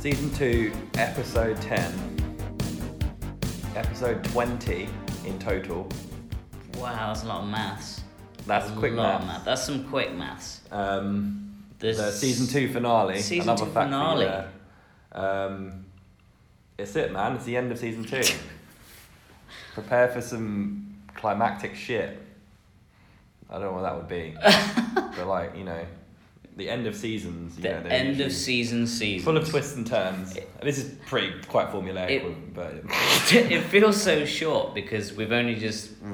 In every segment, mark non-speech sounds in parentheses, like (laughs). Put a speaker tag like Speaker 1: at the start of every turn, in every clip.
Speaker 1: Season 2, Episode 10. Episode 20 in total.
Speaker 2: Wow, that's a lot of maths.
Speaker 1: That's
Speaker 2: a
Speaker 1: quick
Speaker 2: lot of
Speaker 1: maths.
Speaker 2: math. That's some quick maths.
Speaker 1: Um,
Speaker 2: There's
Speaker 1: the season 2 finale.
Speaker 2: Season
Speaker 1: another
Speaker 2: two
Speaker 1: fact for you
Speaker 2: finale.
Speaker 1: there. Um, it's it, man. It's the end of Season
Speaker 2: (laughs)
Speaker 1: 2. Prepare for some climactic shit. I don't know what that would
Speaker 2: (laughs)
Speaker 1: be. but, like, you know, the end of seasons. You
Speaker 2: The
Speaker 1: know, they're
Speaker 2: end
Speaker 1: usually
Speaker 2: of season season.
Speaker 1: Full of twists and turns. This is pretty quite formulaic,
Speaker 2: It-
Speaker 1: but
Speaker 2: (laughs) it feels so short because we've only just r-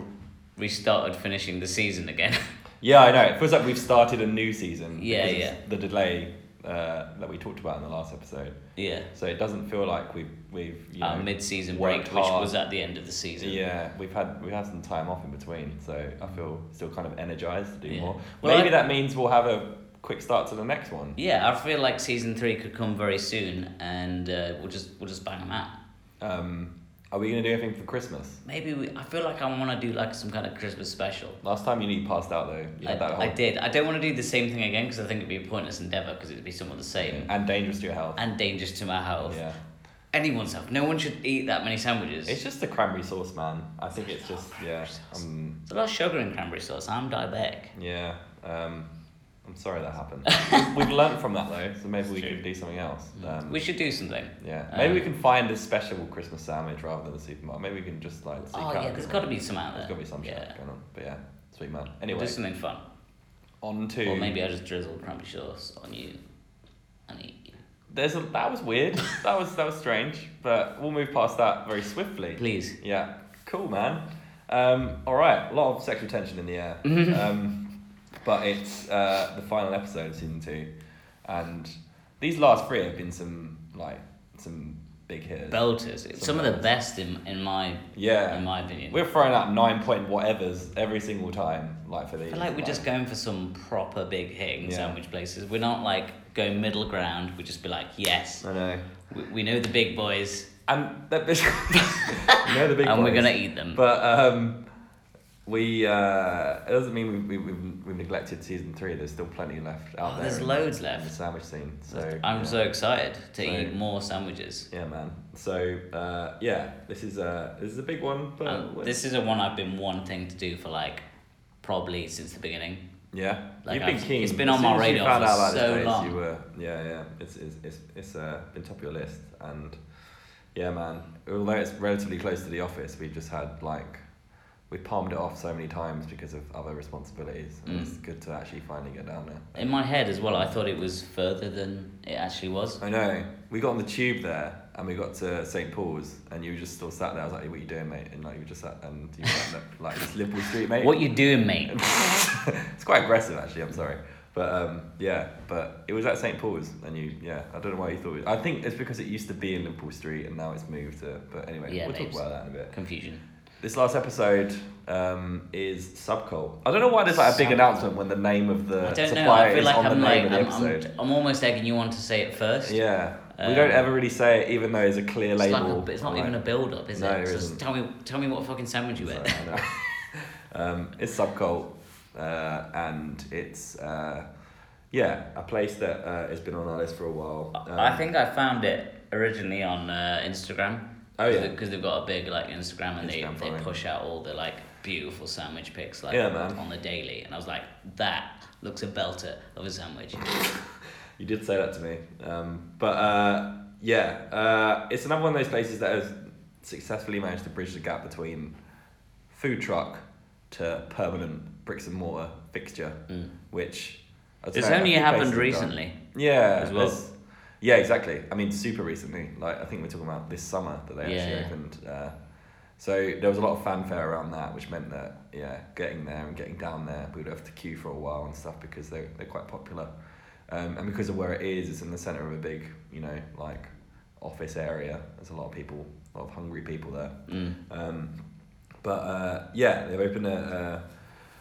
Speaker 2: restarted finishing the season again. (laughs)
Speaker 1: Yeah, I know. It feels like we've started a new season.
Speaker 2: Yeah,
Speaker 1: because
Speaker 2: yeah.
Speaker 1: of The delay uh, that we talked about in the last episode,
Speaker 2: yeah.
Speaker 1: so it doesn't feel like we've we've you
Speaker 2: Our
Speaker 1: know,
Speaker 2: mid-season break,
Speaker 1: worked
Speaker 2: which
Speaker 1: hard.
Speaker 2: was at the end of the season.
Speaker 1: Yeah, we've had we have some time off in between, so I feel still kind of energized to do
Speaker 2: Yeah.
Speaker 1: more.
Speaker 2: Well,
Speaker 1: Maybe
Speaker 2: I-
Speaker 1: that means we'll have a quick start to the next one.
Speaker 2: Yeah, I feel like season three could come very soon, and uh, we'll just we'll just bang them out.
Speaker 1: Um, are we gonna do anything for Christmas?
Speaker 2: Maybe we, I feel like I want to do like some kind of Christmas special.
Speaker 1: Last time you nearly passed out though. You
Speaker 2: I,
Speaker 1: had that whole
Speaker 2: I did. I don't want to do the same thing again because I think it'd be a pointless endeavor because it'd be somewhat the same
Speaker 1: and dangerous to your health.
Speaker 2: and dangerous to my health.
Speaker 1: yeah,
Speaker 2: Anyone's health. No one should eat that many sandwiches.
Speaker 1: it's just the cranberry sauce, man. I think it's just yeah. Um,
Speaker 2: There's a lot of sugar in cranberry sauce. I'm diabetic.
Speaker 1: Yeah, um, I'm sorry that
Speaker 2: (laughs)
Speaker 1: happened. We've learnt from that though, so maybe we
Speaker 2: True. Mm.
Speaker 1: could do something else. Um,
Speaker 2: we should do something.
Speaker 1: yeah, maybe we
Speaker 2: um,
Speaker 1: can find a special Christmas sandwich rather than a supermarket. Maybe we can just like. seek
Speaker 2: Oh
Speaker 1: out
Speaker 2: yeah,
Speaker 1: a
Speaker 2: there's
Speaker 1: good
Speaker 2: got to
Speaker 1: one.
Speaker 2: be some out there.
Speaker 1: There's got to be some shit
Speaker 2: Yeah.
Speaker 1: going on, but yeah, sweet man. Anyway,
Speaker 2: Do something fun.
Speaker 1: on to.
Speaker 2: Or maybe I just drizzle cranberry sauce on you, and eat. you.
Speaker 1: There's a that was weird. that was that was strange, but we'll move past that very swiftly.
Speaker 2: Please. (laughs)
Speaker 1: Yeah, cool man. Um, all right, a lot of sexual tension in the air.
Speaker 2: (laughs)
Speaker 1: um, but it's uh, the final episode of season two, and these last three have been some like some big hits.
Speaker 2: Belters. It's some of the
Speaker 1: Belters.
Speaker 2: best in in my in
Speaker 1: yeah,
Speaker 2: my opinion.
Speaker 1: we're throwing out nine point whatevers every single time, like for
Speaker 2: I
Speaker 1: these.
Speaker 2: feel like we're just going for some proper big hitting
Speaker 1: Yeah.
Speaker 2: sandwich places. We're not like going middle ground. We just be like, yes,
Speaker 1: I know,
Speaker 2: we, we know the big boys,
Speaker 1: and that bit. (laughs) you know the big.
Speaker 2: and we're
Speaker 1: boys.
Speaker 2: gonna eat them.
Speaker 1: But um, we uh, it doesn't mean we, we, we've, we've neglected season three. There's still plenty left out
Speaker 2: Oh,
Speaker 1: there.
Speaker 2: there's
Speaker 1: in-
Speaker 2: loads
Speaker 1: in the
Speaker 2: left.
Speaker 1: sandwich scene. So
Speaker 2: I'm
Speaker 1: yeah.
Speaker 2: so excited to
Speaker 1: So-
Speaker 2: eat more sandwiches.
Speaker 1: yeah, man. So uh, yeah, this is a this is a big one. But
Speaker 2: Um, this is a one I've been wanting to do for like probably since the beginning.
Speaker 1: yeah,
Speaker 2: like,
Speaker 1: you've been
Speaker 2: I've-
Speaker 1: keen.
Speaker 2: it's been
Speaker 1: As
Speaker 2: on
Speaker 1: soon
Speaker 2: my
Speaker 1: as you
Speaker 2: radar
Speaker 1: found
Speaker 2: for
Speaker 1: out about this
Speaker 2: so
Speaker 1: place,
Speaker 2: long.
Speaker 1: You were, yeah, yeah. It's it's it's it's uh, been top of your list, and yeah, man. Although it's relatively close to the office, we've just had like. We palmed it off so many times because of other responsibilities, and
Speaker 2: Mm.
Speaker 1: it's good to actually finally get down there.
Speaker 2: In my head as well, I thought it was further than it actually was.
Speaker 1: I know. We got on the tube there and we got to St. Paul's and you were just still sat there. I was like, what are you doing, mate? And like, you were just sat and you were like, "Look, like, it's Liverpool Street, mate.
Speaker 2: What you doing, mate?
Speaker 1: it's quite aggressive, actually. I'm sorry. But um, yeah, but it was at St. Paul's and you, yeah, I don't know why you thought it. I think it's because it used to be in Liverpool Street and now it's moved to, but anyway,
Speaker 2: Yeah,
Speaker 1: we'll
Speaker 2: babes.
Speaker 1: talk about that in a bit.
Speaker 2: Confusion.
Speaker 1: This last episode um, is Subcol. I don't know why there's like a big announcement when the name of the
Speaker 2: I don't know.
Speaker 1: supplier
Speaker 2: I feel
Speaker 1: is
Speaker 2: like
Speaker 1: on
Speaker 2: I'm
Speaker 1: the
Speaker 2: like
Speaker 1: name of the
Speaker 2: I'm,
Speaker 1: episode.
Speaker 2: I'm, I'm almost egging you on to say it first.
Speaker 1: Yeah. we
Speaker 2: Um,
Speaker 1: don't ever really say it, even though it's a clear
Speaker 2: It's,
Speaker 1: label.
Speaker 2: like a, it's not
Speaker 1: Like,
Speaker 2: even a build up, is
Speaker 1: No,
Speaker 2: it?
Speaker 1: it
Speaker 2: Just
Speaker 1: isn't.
Speaker 2: tell me, tell me what fucking sandwich you
Speaker 1: sorry,
Speaker 2: ate.
Speaker 1: I
Speaker 2: (laughs)
Speaker 1: know. um, it's subcult, uh, and it's uh, yeah, a place that uh, has been on our list for a while. Um,
Speaker 2: I think I found it originally on uh, Instagram.
Speaker 1: Oh, yeah.
Speaker 2: because they've got a big like Instagram
Speaker 1: Instagram
Speaker 2: and they,
Speaker 1: following.
Speaker 2: they push out all the like beautiful sandwich pics like
Speaker 1: Yeah, man.
Speaker 2: on the daily, and I was like, that looks a belter of a sandwich.
Speaker 1: you did say that to me, um, but uh, yeah, uh, it's another one of those places that has successfully managed to bridge the gap between food truck to permanent bricks and mortar fixture,
Speaker 2: Mm.
Speaker 1: which. I don't
Speaker 2: It's
Speaker 1: know, a
Speaker 2: only
Speaker 1: few
Speaker 2: happened
Speaker 1: places have done.
Speaker 2: recently.
Speaker 1: Yeah.
Speaker 2: as well.
Speaker 1: there's- Yeah, exactly. I mean, super recently. Like, I think we're talking about this summer that they
Speaker 2: Yeah,
Speaker 1: actually
Speaker 2: yeah.
Speaker 1: opened. Uh, so there was a lot of fanfare around that, which meant that yeah, getting there and getting down there, we would have to queue for a while and stuff because they they're quite popular, um, and because of where it is, it's in the center of a big you know like office area. There's a lot of people, a lot of hungry people there.
Speaker 2: Mm.
Speaker 1: Um, but uh, yeah, they've opened a,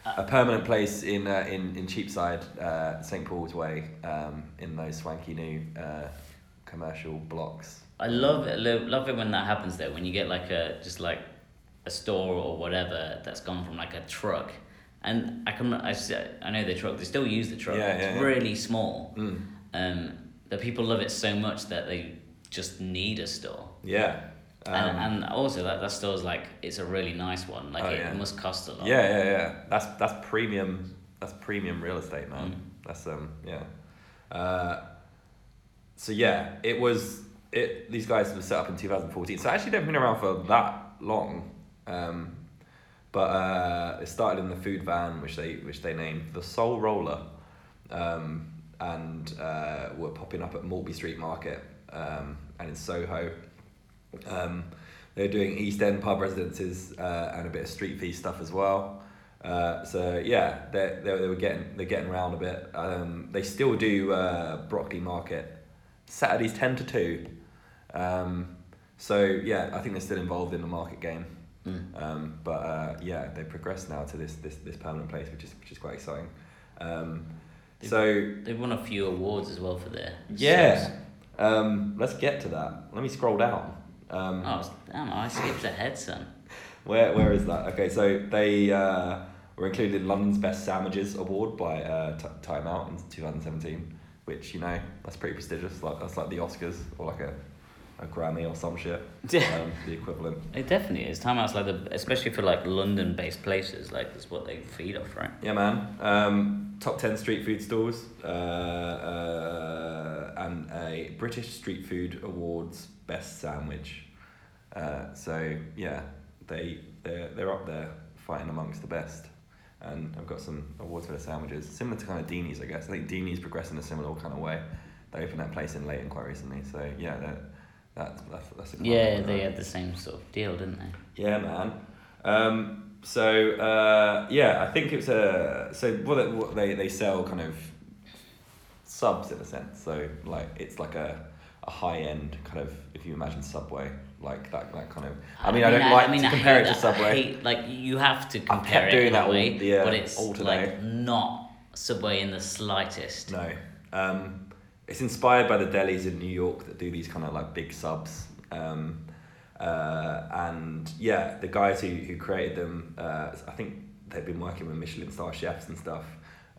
Speaker 1: a, a permanent place in, uh, in, in Cheapside, uh, St Paul's Way, um, in those swanky new uh, commercial blocks.
Speaker 2: I love it. lo- Love it when that happens though. When you get like a just like a store or whatever that's gone from like a truck, and I can I, s- I know the truck. They still use the truck.
Speaker 1: Yeah,
Speaker 2: it's
Speaker 1: yeah, yeah.
Speaker 2: really small.
Speaker 1: Mm.
Speaker 2: Um, the people love it so much that they just need a store.
Speaker 1: Yeah. Um,
Speaker 2: and, and also that, that store's like it's a really nice one. Like
Speaker 1: Oh,
Speaker 2: it
Speaker 1: yeah.
Speaker 2: must cost a lot.
Speaker 1: yeah, yeah, yeah. That's that's premium. That's premium real estate, man.
Speaker 2: Mm.
Speaker 1: That's um, yeah. Uh, so yeah, it was it. These guys were set up in two thousand fourteen. So actually, they've been around for that long. Um, but uh, it started in the food van, which they which they named the Soul Roller, um, and uh, were popping up at Maltby Street Market um, and in Soho. Um, they were doing East End pub residences uh, and a bit of street feast stuff as well. Uh, so yeah, they they they were getting they're getting around a bit. Um, they still do uh, broccoli market Saturdays ten to two. Um, so yeah, I think they're still involved in the market game.
Speaker 2: Mm.
Speaker 1: Um, but uh, yeah, they progressed now to this this this permanent place, which is which is quite exciting. Um, so
Speaker 2: They've won a few awards as well for their
Speaker 1: yeah,
Speaker 2: sales.
Speaker 1: um, let's get to that. Let me scroll down. Um,
Speaker 2: Oh, I was- damn! I skipped ahead, son.
Speaker 1: Where where is that? Okay, so they uh, were included in London's Best Sandwiches Award by uh, t- Time Out in two thousand seventeen, which you know that's pretty prestigious. Like that's like the Oscars or like a, a Grammy or some shit.
Speaker 2: Yeah.
Speaker 1: Um, the equivalent.
Speaker 2: It definitely is. Time out's like the, especially for like London-based places, like that's what they feed off, right?
Speaker 1: Yeah, man. Um, top ten street food stores, uh, uh, and a British Street Food Awards Best Sandwich. Uh, so yeah, they they're, they're up there fighting amongst the best, and I've got some awards for the sandwiches, similar to kind of Deeney's, I guess. I think Deeney's progressed in a similar kind of way. They opened that place in Leighton quite recently, so yeah, that that's that's, that's a uh, good
Speaker 2: Yeah,
Speaker 1: one.
Speaker 2: they had the same sort of deal, didn't they?
Speaker 1: Yeah, man. Um, so uh, yeah, I think it's a so what they, what they they sell kind of subs in a sense. So like it's like a a high end kind of if you imagine Subway like that that kind of. I mean, I, don't like to
Speaker 2: I
Speaker 1: compare
Speaker 2: hate
Speaker 1: it to
Speaker 2: that. I
Speaker 1: Subway.
Speaker 2: hate- like you have to
Speaker 1: I've
Speaker 2: compare
Speaker 1: kept
Speaker 2: it
Speaker 1: doing
Speaker 2: in
Speaker 1: that
Speaker 2: a
Speaker 1: all-
Speaker 2: way,
Speaker 1: yeah,
Speaker 2: but it's
Speaker 1: all today.
Speaker 2: like not Subway in the slightest.
Speaker 1: No. Um, it's inspired by the delis in New York that do these kind of like big subs. Um, uh, and yeah, the guys who, who created them, uh, I think they've been working with Michelin star chefs and stuff.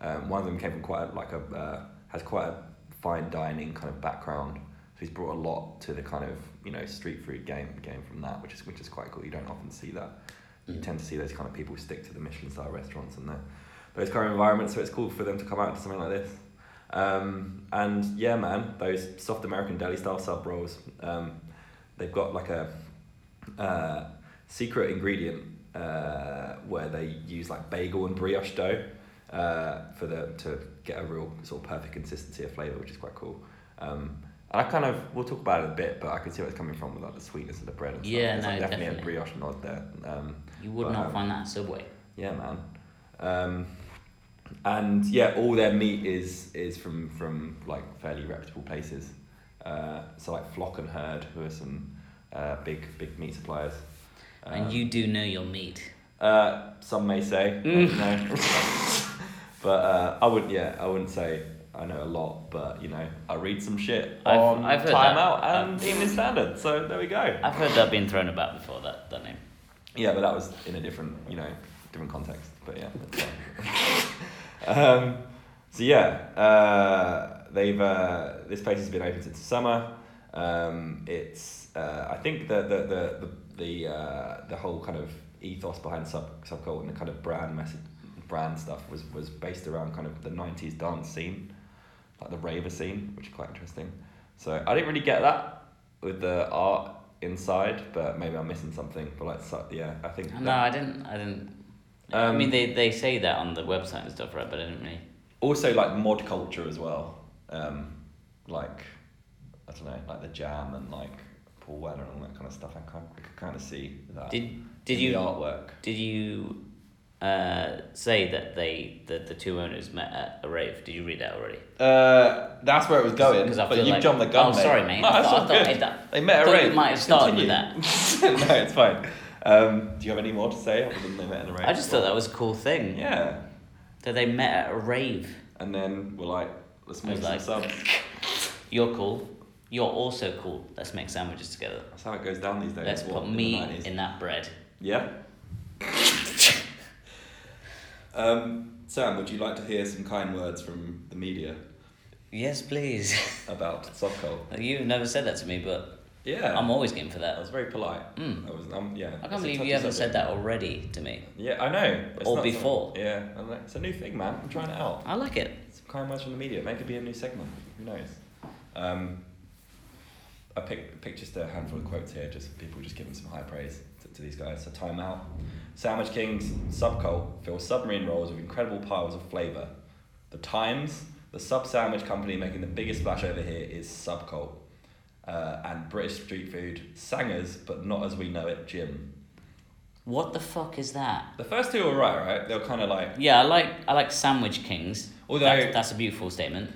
Speaker 1: Um, one of them came from quite a, like a uh, has quite a fine dining kind of background, so he's brought a lot to the kind of you know street food game game from that, which is which is quite cool. You don't often see that. You
Speaker 2: Mm.
Speaker 1: tend to see those kind of people stick to the Michelin star restaurants and the, those kind of environments. So it's cool for them to come out to something like this. Um, and yeah, man, those soft American deli style sub rolls. Um, they've got like a uh, secret ingredient uh, where they use like bagel and brioche dough uh, for the to get a real sort of perfect consistency of flavor, which is quite cool. Um, and I kind of we'll talk about it a bit, but I can see where it's coming from with like the sweetness of the bread and stuff.
Speaker 2: Yeah,
Speaker 1: There's, like,
Speaker 2: no,
Speaker 1: definitely,
Speaker 2: definitely.
Speaker 1: a brioche nod there. Um,
Speaker 2: You would
Speaker 1: But,
Speaker 2: not
Speaker 1: um,
Speaker 2: find that at Subway.
Speaker 1: yeah, man. Um, and yeah, all their meat is is from from like fairly reputable places. Uh, so like Flock and Herd, who are some uh, big big meat suppliers. Um,
Speaker 2: and you do know your meat.
Speaker 1: uh, some may say, I don't
Speaker 2: Mm.
Speaker 1: know. (laughs) but uh, I wouldn't. Yeah, I wouldn't say I know a lot. But you know, I read some shit
Speaker 2: I've-
Speaker 1: on
Speaker 2: I've heard
Speaker 1: Time
Speaker 2: that. Um,
Speaker 1: Out and Evening
Speaker 2: (laughs)
Speaker 1: Standard. So there we go.
Speaker 2: I've heard that being thrown about before. That that name.
Speaker 1: Yeah, but that was in a different, you know, different context. But yeah.
Speaker 2: (laughs)
Speaker 1: That's fine. um, so yeah, uh, they've uh, this place has been open since the summer. Um, it's uh, I think the the the the the, uh, the whole kind of ethos behind sub subcult and the kind of brand message brand stuff was was based around kind of the nineties dance scene, like the raver scene, which is quite interesting. So I didn't really get that with the art inside, but maybe I'm missing something. But like, so, yeah, I think.
Speaker 2: Oh, No,
Speaker 1: that-
Speaker 2: I didn't. I didn't. I
Speaker 1: Um,
Speaker 2: mean, they, they say that on the website and stuff, right? But I didn't really.
Speaker 1: also like mod culture as well um like i don't know like the jam and like paul werner and all that kind of stuff i can, I can kind of see that
Speaker 2: Did
Speaker 1: in
Speaker 2: did
Speaker 1: the
Speaker 2: you
Speaker 1: artwork
Speaker 2: did you uh, say that they that the two owners met at a rave? Did you read that already?
Speaker 1: uh that's where it was going
Speaker 2: Because I
Speaker 1: but
Speaker 2: feel
Speaker 1: you've
Speaker 2: like-
Speaker 1: jumped the gun
Speaker 2: Oh, sorry, mate.
Speaker 1: No,
Speaker 2: I
Speaker 1: it's
Speaker 2: thought-
Speaker 1: all
Speaker 2: I thought
Speaker 1: good.
Speaker 2: I thought-
Speaker 1: they met
Speaker 2: thought
Speaker 1: at
Speaker 2: you
Speaker 1: rave
Speaker 2: might have started with
Speaker 1: (laughs) with that no it's fine um do you have any more to say other than they met at a rave
Speaker 2: I just thought that was a cool thing.
Speaker 1: yeah
Speaker 2: That they met at a rave.
Speaker 1: and then we're like let's
Speaker 2: I
Speaker 1: make
Speaker 2: was
Speaker 1: some
Speaker 2: like-
Speaker 1: subs
Speaker 2: You're cool. You're also cool. Let's make sandwiches together.
Speaker 1: that's how it goes down these days
Speaker 2: Let's
Speaker 1: what,
Speaker 2: put
Speaker 1: in the
Speaker 2: meat
Speaker 1: 90s?
Speaker 2: in that bread.
Speaker 1: Yeah. um, Sam, would you like to hear some kind words from the media?
Speaker 2: Yes, please. (laughs)
Speaker 1: about soft coal.
Speaker 2: You've never said that to me, but
Speaker 1: Yeah,
Speaker 2: I'm always game for
Speaker 1: I
Speaker 2: that.
Speaker 1: was very polite.
Speaker 2: Mm.
Speaker 1: I was, um, yeah.
Speaker 2: I
Speaker 1: it's a
Speaker 2: can't believe
Speaker 1: touchy
Speaker 2: you haven't
Speaker 1: subject.
Speaker 2: said that already to me.
Speaker 1: Yeah, I know. It's
Speaker 2: Or
Speaker 1: not something-
Speaker 2: before.
Speaker 1: yeah, I'm like, it's a new thing, man. I'm trying it out.
Speaker 2: I like it.
Speaker 1: Some kind words from the media. Make it be a new segment. Who knows? Um, I picked, picked just a handful of quotes here, just people just giving some high praise to, to these guys. So time out. Sandwich Kings Subcol fills submarine rolls with incredible piles of flavour. The Times, the sub sandwich company making the biggest splash over here is Subcol. Uh, and British street food, Sangers, but not as we know it, Jim.
Speaker 2: What the fuck is that?
Speaker 1: The first two were right, right? They were kind of like
Speaker 2: Yeah, I like I like sandwich kings.
Speaker 1: Although-
Speaker 2: that's, that's a beautiful statement.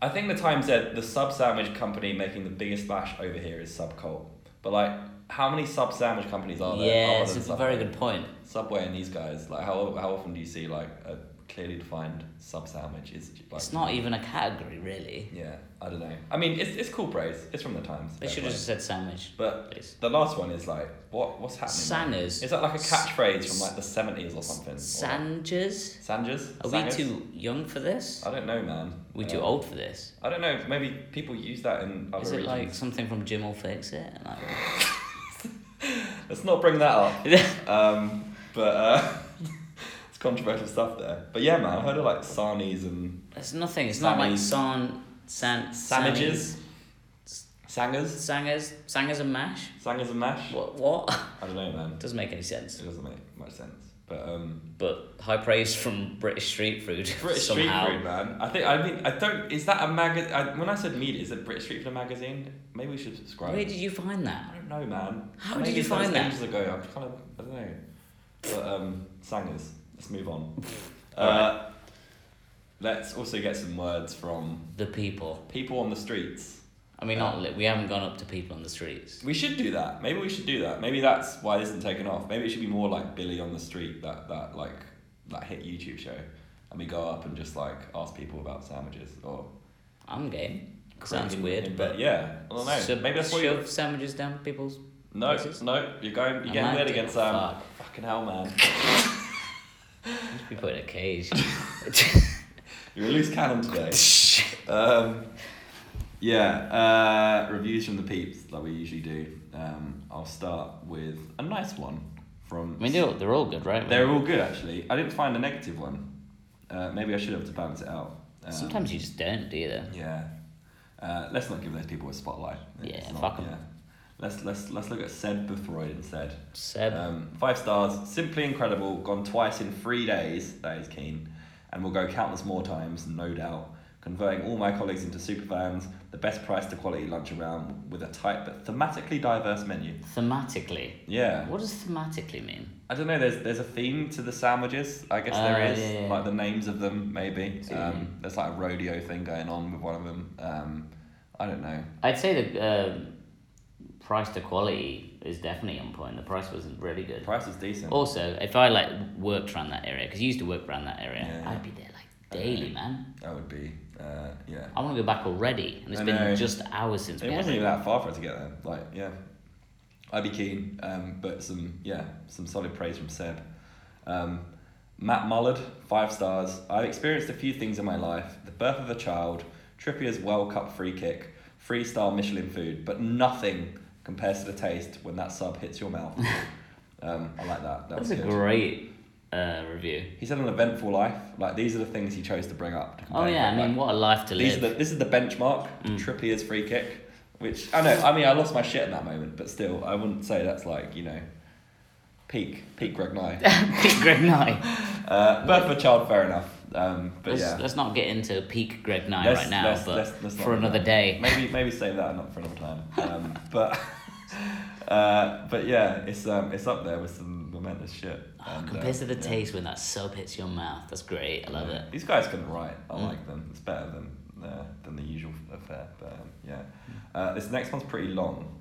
Speaker 1: I think the Times said the sub sandwich company making the biggest splash over here is Subcol. But like, how many sub sandwich companies are there?
Speaker 2: yeah,
Speaker 1: other
Speaker 2: it's a
Speaker 1: Oh, than
Speaker 2: very
Speaker 1: Subway?
Speaker 2: good point.
Speaker 1: Subway and these guys, like, how how often do you see like a clearly defined sub sandwich? Is like,
Speaker 2: It's not even a category, really.
Speaker 1: Yeah, I don't know. I mean, it's it's cool praise. It's from the Times.
Speaker 2: They
Speaker 1: fair
Speaker 2: should
Speaker 1: play.
Speaker 2: have just said sandwich.
Speaker 1: But
Speaker 2: Please.
Speaker 1: the last one is like, what what's happening?
Speaker 2: Sangers.
Speaker 1: Is that like a
Speaker 2: S-
Speaker 1: catchphrase from like the seventies or something? Or-
Speaker 2: Sanjas?
Speaker 1: Sangers.
Speaker 2: Are
Speaker 1: Sangers?
Speaker 2: we too young for this?
Speaker 1: I don't know, man.
Speaker 2: we
Speaker 1: Uh,
Speaker 2: too old for this?
Speaker 1: I don't know. Maybe people use that in other
Speaker 2: Is it
Speaker 1: regions.
Speaker 2: like something from Jim will fix it? Like,
Speaker 1: Let's not bring that
Speaker 2: (laughs)
Speaker 1: up. um, but uh, (laughs) it's controversial stuff there. But yeah, man, I heard of like sarnies and
Speaker 2: it's nothing. It's not like
Speaker 1: Sammies.
Speaker 2: san san
Speaker 1: sandwiches, sangers,
Speaker 2: sangers, sangers and mash.
Speaker 1: sangers and mash.
Speaker 2: What? What? (laughs)
Speaker 1: I don't know, man.
Speaker 2: Doesn't make any sense.
Speaker 1: It doesn't make much sense. But um,
Speaker 2: But high praise from British street food.
Speaker 1: British
Speaker 2: somehow.
Speaker 1: street food, man. I think I mean I don't. Is that a magazine? When I said media, is it British street food a magazine? Maybe we should subscribe.
Speaker 2: Where did you find
Speaker 1: I
Speaker 2: that?
Speaker 1: don't know, man.
Speaker 2: How
Speaker 1: Maybe
Speaker 2: did you
Speaker 1: it's those
Speaker 2: find that?
Speaker 1: Ages ago, I'm kind of I don't know. But um, sangers. Let's move on. Uh,
Speaker 2: Alright.
Speaker 1: let's also get some words from
Speaker 2: The people.
Speaker 1: people on the streets.
Speaker 2: I mean, not li- we haven't gone up to people on the streets.
Speaker 1: We should do that. Maybe we should do that. Maybe that's why this isn't taken off. Maybe it should be more like Billy on the street, that that like that hit YouTube show, and we go up and just like ask people about sandwiches or.
Speaker 2: I'm game. Sounds
Speaker 1: creating-
Speaker 2: weird, but
Speaker 1: yeah, I don't know.
Speaker 2: Shove-
Speaker 1: Maybe that's what
Speaker 2: shove
Speaker 1: you.
Speaker 2: sandwiches down people's.
Speaker 1: No,
Speaker 2: places?
Speaker 1: no, you're going. You're
Speaker 2: I
Speaker 1: getting
Speaker 2: might
Speaker 1: weird
Speaker 2: do.
Speaker 1: again, Sam.
Speaker 2: Fuck.
Speaker 1: Fucking hell, man.
Speaker 2: Just be put in
Speaker 1: (laughs)
Speaker 2: a cage.
Speaker 1: You're a loose cannon
Speaker 2: (laughs)
Speaker 1: today. um, yeah, uh, reviews from the peeps like we usually do. Um, I'll start with a nice one from.
Speaker 2: I mean, they're all, they're all good, right?
Speaker 1: They're all good actually. I didn't find a negative one. Uh, maybe I should have to balance it out. Um,
Speaker 2: Sometimes you just don't, do you? Though?
Speaker 1: Yeah. Uh, let's not give those people a spotlight.
Speaker 2: Yeah,
Speaker 1: It's
Speaker 2: fuck 'em.
Speaker 1: Let's let's let's look at Seb Befroid instead.
Speaker 2: Seb.
Speaker 1: Um, five stars, simply incredible. Gone twice in three days. That is keen, and will go countless more times, no doubt. Converting all my colleagues into superfans. The best price to quality lunch around with a tight but thematically diverse menu.
Speaker 2: thematically.
Speaker 1: Yeah,
Speaker 2: What does thematically mean?
Speaker 1: I don't know. There's there's a theme to the sandwiches. I guess there
Speaker 2: Ah,
Speaker 1: is
Speaker 2: yeah, yeah.
Speaker 1: like the names of them maybe.
Speaker 2: See what you
Speaker 1: Um,
Speaker 2: mean.
Speaker 1: there's like a rodeo thing going on with one of them. Um, I don't know.
Speaker 2: I'd say the um price to quality is definitely on point. The price wasn't really good.
Speaker 1: Price is decent.
Speaker 2: Also, if I like worked around that area, because you used to work around that area,
Speaker 1: Yeah.
Speaker 2: I'd be there like daily, man.
Speaker 1: That would be uh, yeah.
Speaker 2: I want to go back already, and it's
Speaker 1: I
Speaker 2: been
Speaker 1: know.
Speaker 2: just hours since we
Speaker 1: It
Speaker 2: had
Speaker 1: wasn't
Speaker 2: it.
Speaker 1: even that far for it to get there. Like, yeah. I'd be keen, um, but some, yeah, some solid praise from Seb. Um, Matt Mullard, five stars. I've experienced a few things in my life the birth of a child, Trippier's World Cup free kick, three star Michelin food, but nothing compares to the taste when that sub hits your
Speaker 2: (laughs)
Speaker 1: mouth. um, I like that. that
Speaker 2: That's
Speaker 1: was
Speaker 2: a
Speaker 1: good.
Speaker 2: great uh, review.
Speaker 1: He said an eventful life. Like, these are the things he chose to bring up. To
Speaker 2: Oh
Speaker 1: compare
Speaker 2: yeah, I
Speaker 1: with, like,
Speaker 2: mean, what a life to
Speaker 1: these
Speaker 2: live. Mm.
Speaker 1: are the, this is the benchmark. Trippier's free kick, which I know. I mean, I lost my shit in that moment, but still, I wouldn't say that's like you know, peak peak Greg Nye.
Speaker 2: (laughs) peak Greg Nye.
Speaker 1: uh, birth of a child, fair enough. Um, (laughs) but
Speaker 2: let's,
Speaker 1: yeah,
Speaker 2: let's not get into peak Greg Nye
Speaker 1: Let's-
Speaker 2: right now,
Speaker 1: let's-
Speaker 2: but
Speaker 1: let's- let's not
Speaker 2: for
Speaker 1: do
Speaker 2: another
Speaker 1: that.
Speaker 2: day.
Speaker 1: maybe maybe save that not for another time. Um, but (laughs) uh, but yeah, it's um it's up there with some momentous shit.
Speaker 2: Oh,
Speaker 1: And,
Speaker 2: compared
Speaker 1: uh,
Speaker 2: to the
Speaker 1: yeah.
Speaker 2: taste when that sub hits your mouth, that's great. I love
Speaker 1: Yeah.
Speaker 2: it.
Speaker 1: These guys can write. I
Speaker 2: Mm.
Speaker 1: like them. It's better than uh, than the usual affair. But um, yeah, uh, this next one's pretty long.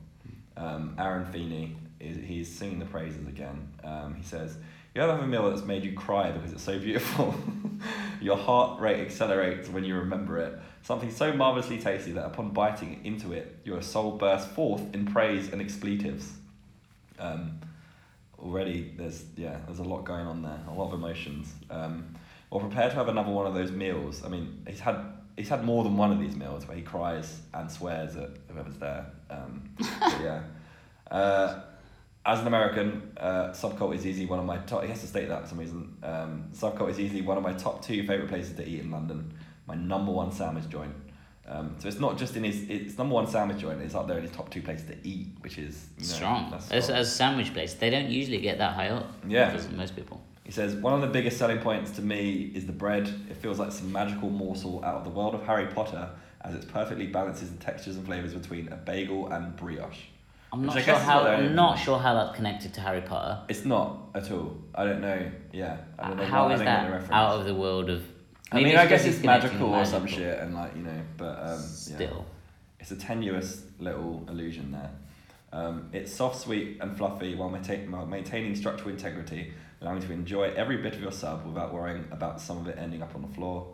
Speaker 1: Um, Aaron Feeney is he's singing the praises again. Um, he says, "You ever have a meal that's made you cry because it's so beautiful? (laughs) Your heart rate accelerates when you remember it. Something so marvelously tasty that upon biting into it, your soul bursts forth in praise and expletives." Um, already there's yeah there's a lot going on there a lot of emotions um well prepared to have another one of those meals i mean he's had he's had more than one of these meals where he cries and swears at whoever's there. Um, but yeah. Uh, as an American, uh, Subcult is easily one of my top. He has to state that for some reason. Um, Subcult is easily one of my top two favorite places to eat in London. My number one sandwich joint. Um, so it's not just in his. It's number one sandwich joint. It's up there in his top two places to eat, which is you know,
Speaker 2: strong.
Speaker 1: that's
Speaker 2: As, as a sandwich place, they don't usually get that high up.
Speaker 1: Yeah.
Speaker 2: Because most people.
Speaker 1: He says, One of the biggest selling points to me is the bread. It feels like some magical morsel out of the world of Harry Potter as it perfectly balances the textures and flavours between a bagel and brioche.
Speaker 2: I'm
Speaker 1: Which
Speaker 2: not
Speaker 1: I
Speaker 2: sure
Speaker 1: guess is
Speaker 2: how.
Speaker 1: what they're
Speaker 2: I'm
Speaker 1: aiming
Speaker 2: not sure how that's connected to Harry Potter.
Speaker 1: It's not at all. I don't know. Yeah. I don't know
Speaker 2: How
Speaker 1: why- I
Speaker 2: is
Speaker 1: don't get the
Speaker 2: that
Speaker 1: reference.
Speaker 2: out of the world of?
Speaker 1: I
Speaker 2: Maybe
Speaker 1: mean, I
Speaker 2: because
Speaker 1: guess
Speaker 2: he's
Speaker 1: it's magical or
Speaker 2: connecting
Speaker 1: some
Speaker 2: magical.
Speaker 1: shit, and like, you know, but um, yeah.
Speaker 2: Still,
Speaker 1: It's a tenuous little illusion there. Um, it's soft, sweet, and fluffy while, maintain, while maintaining structural integrity, allowing you to enjoy every bit of your sub without worrying about some of it ending up on the floor.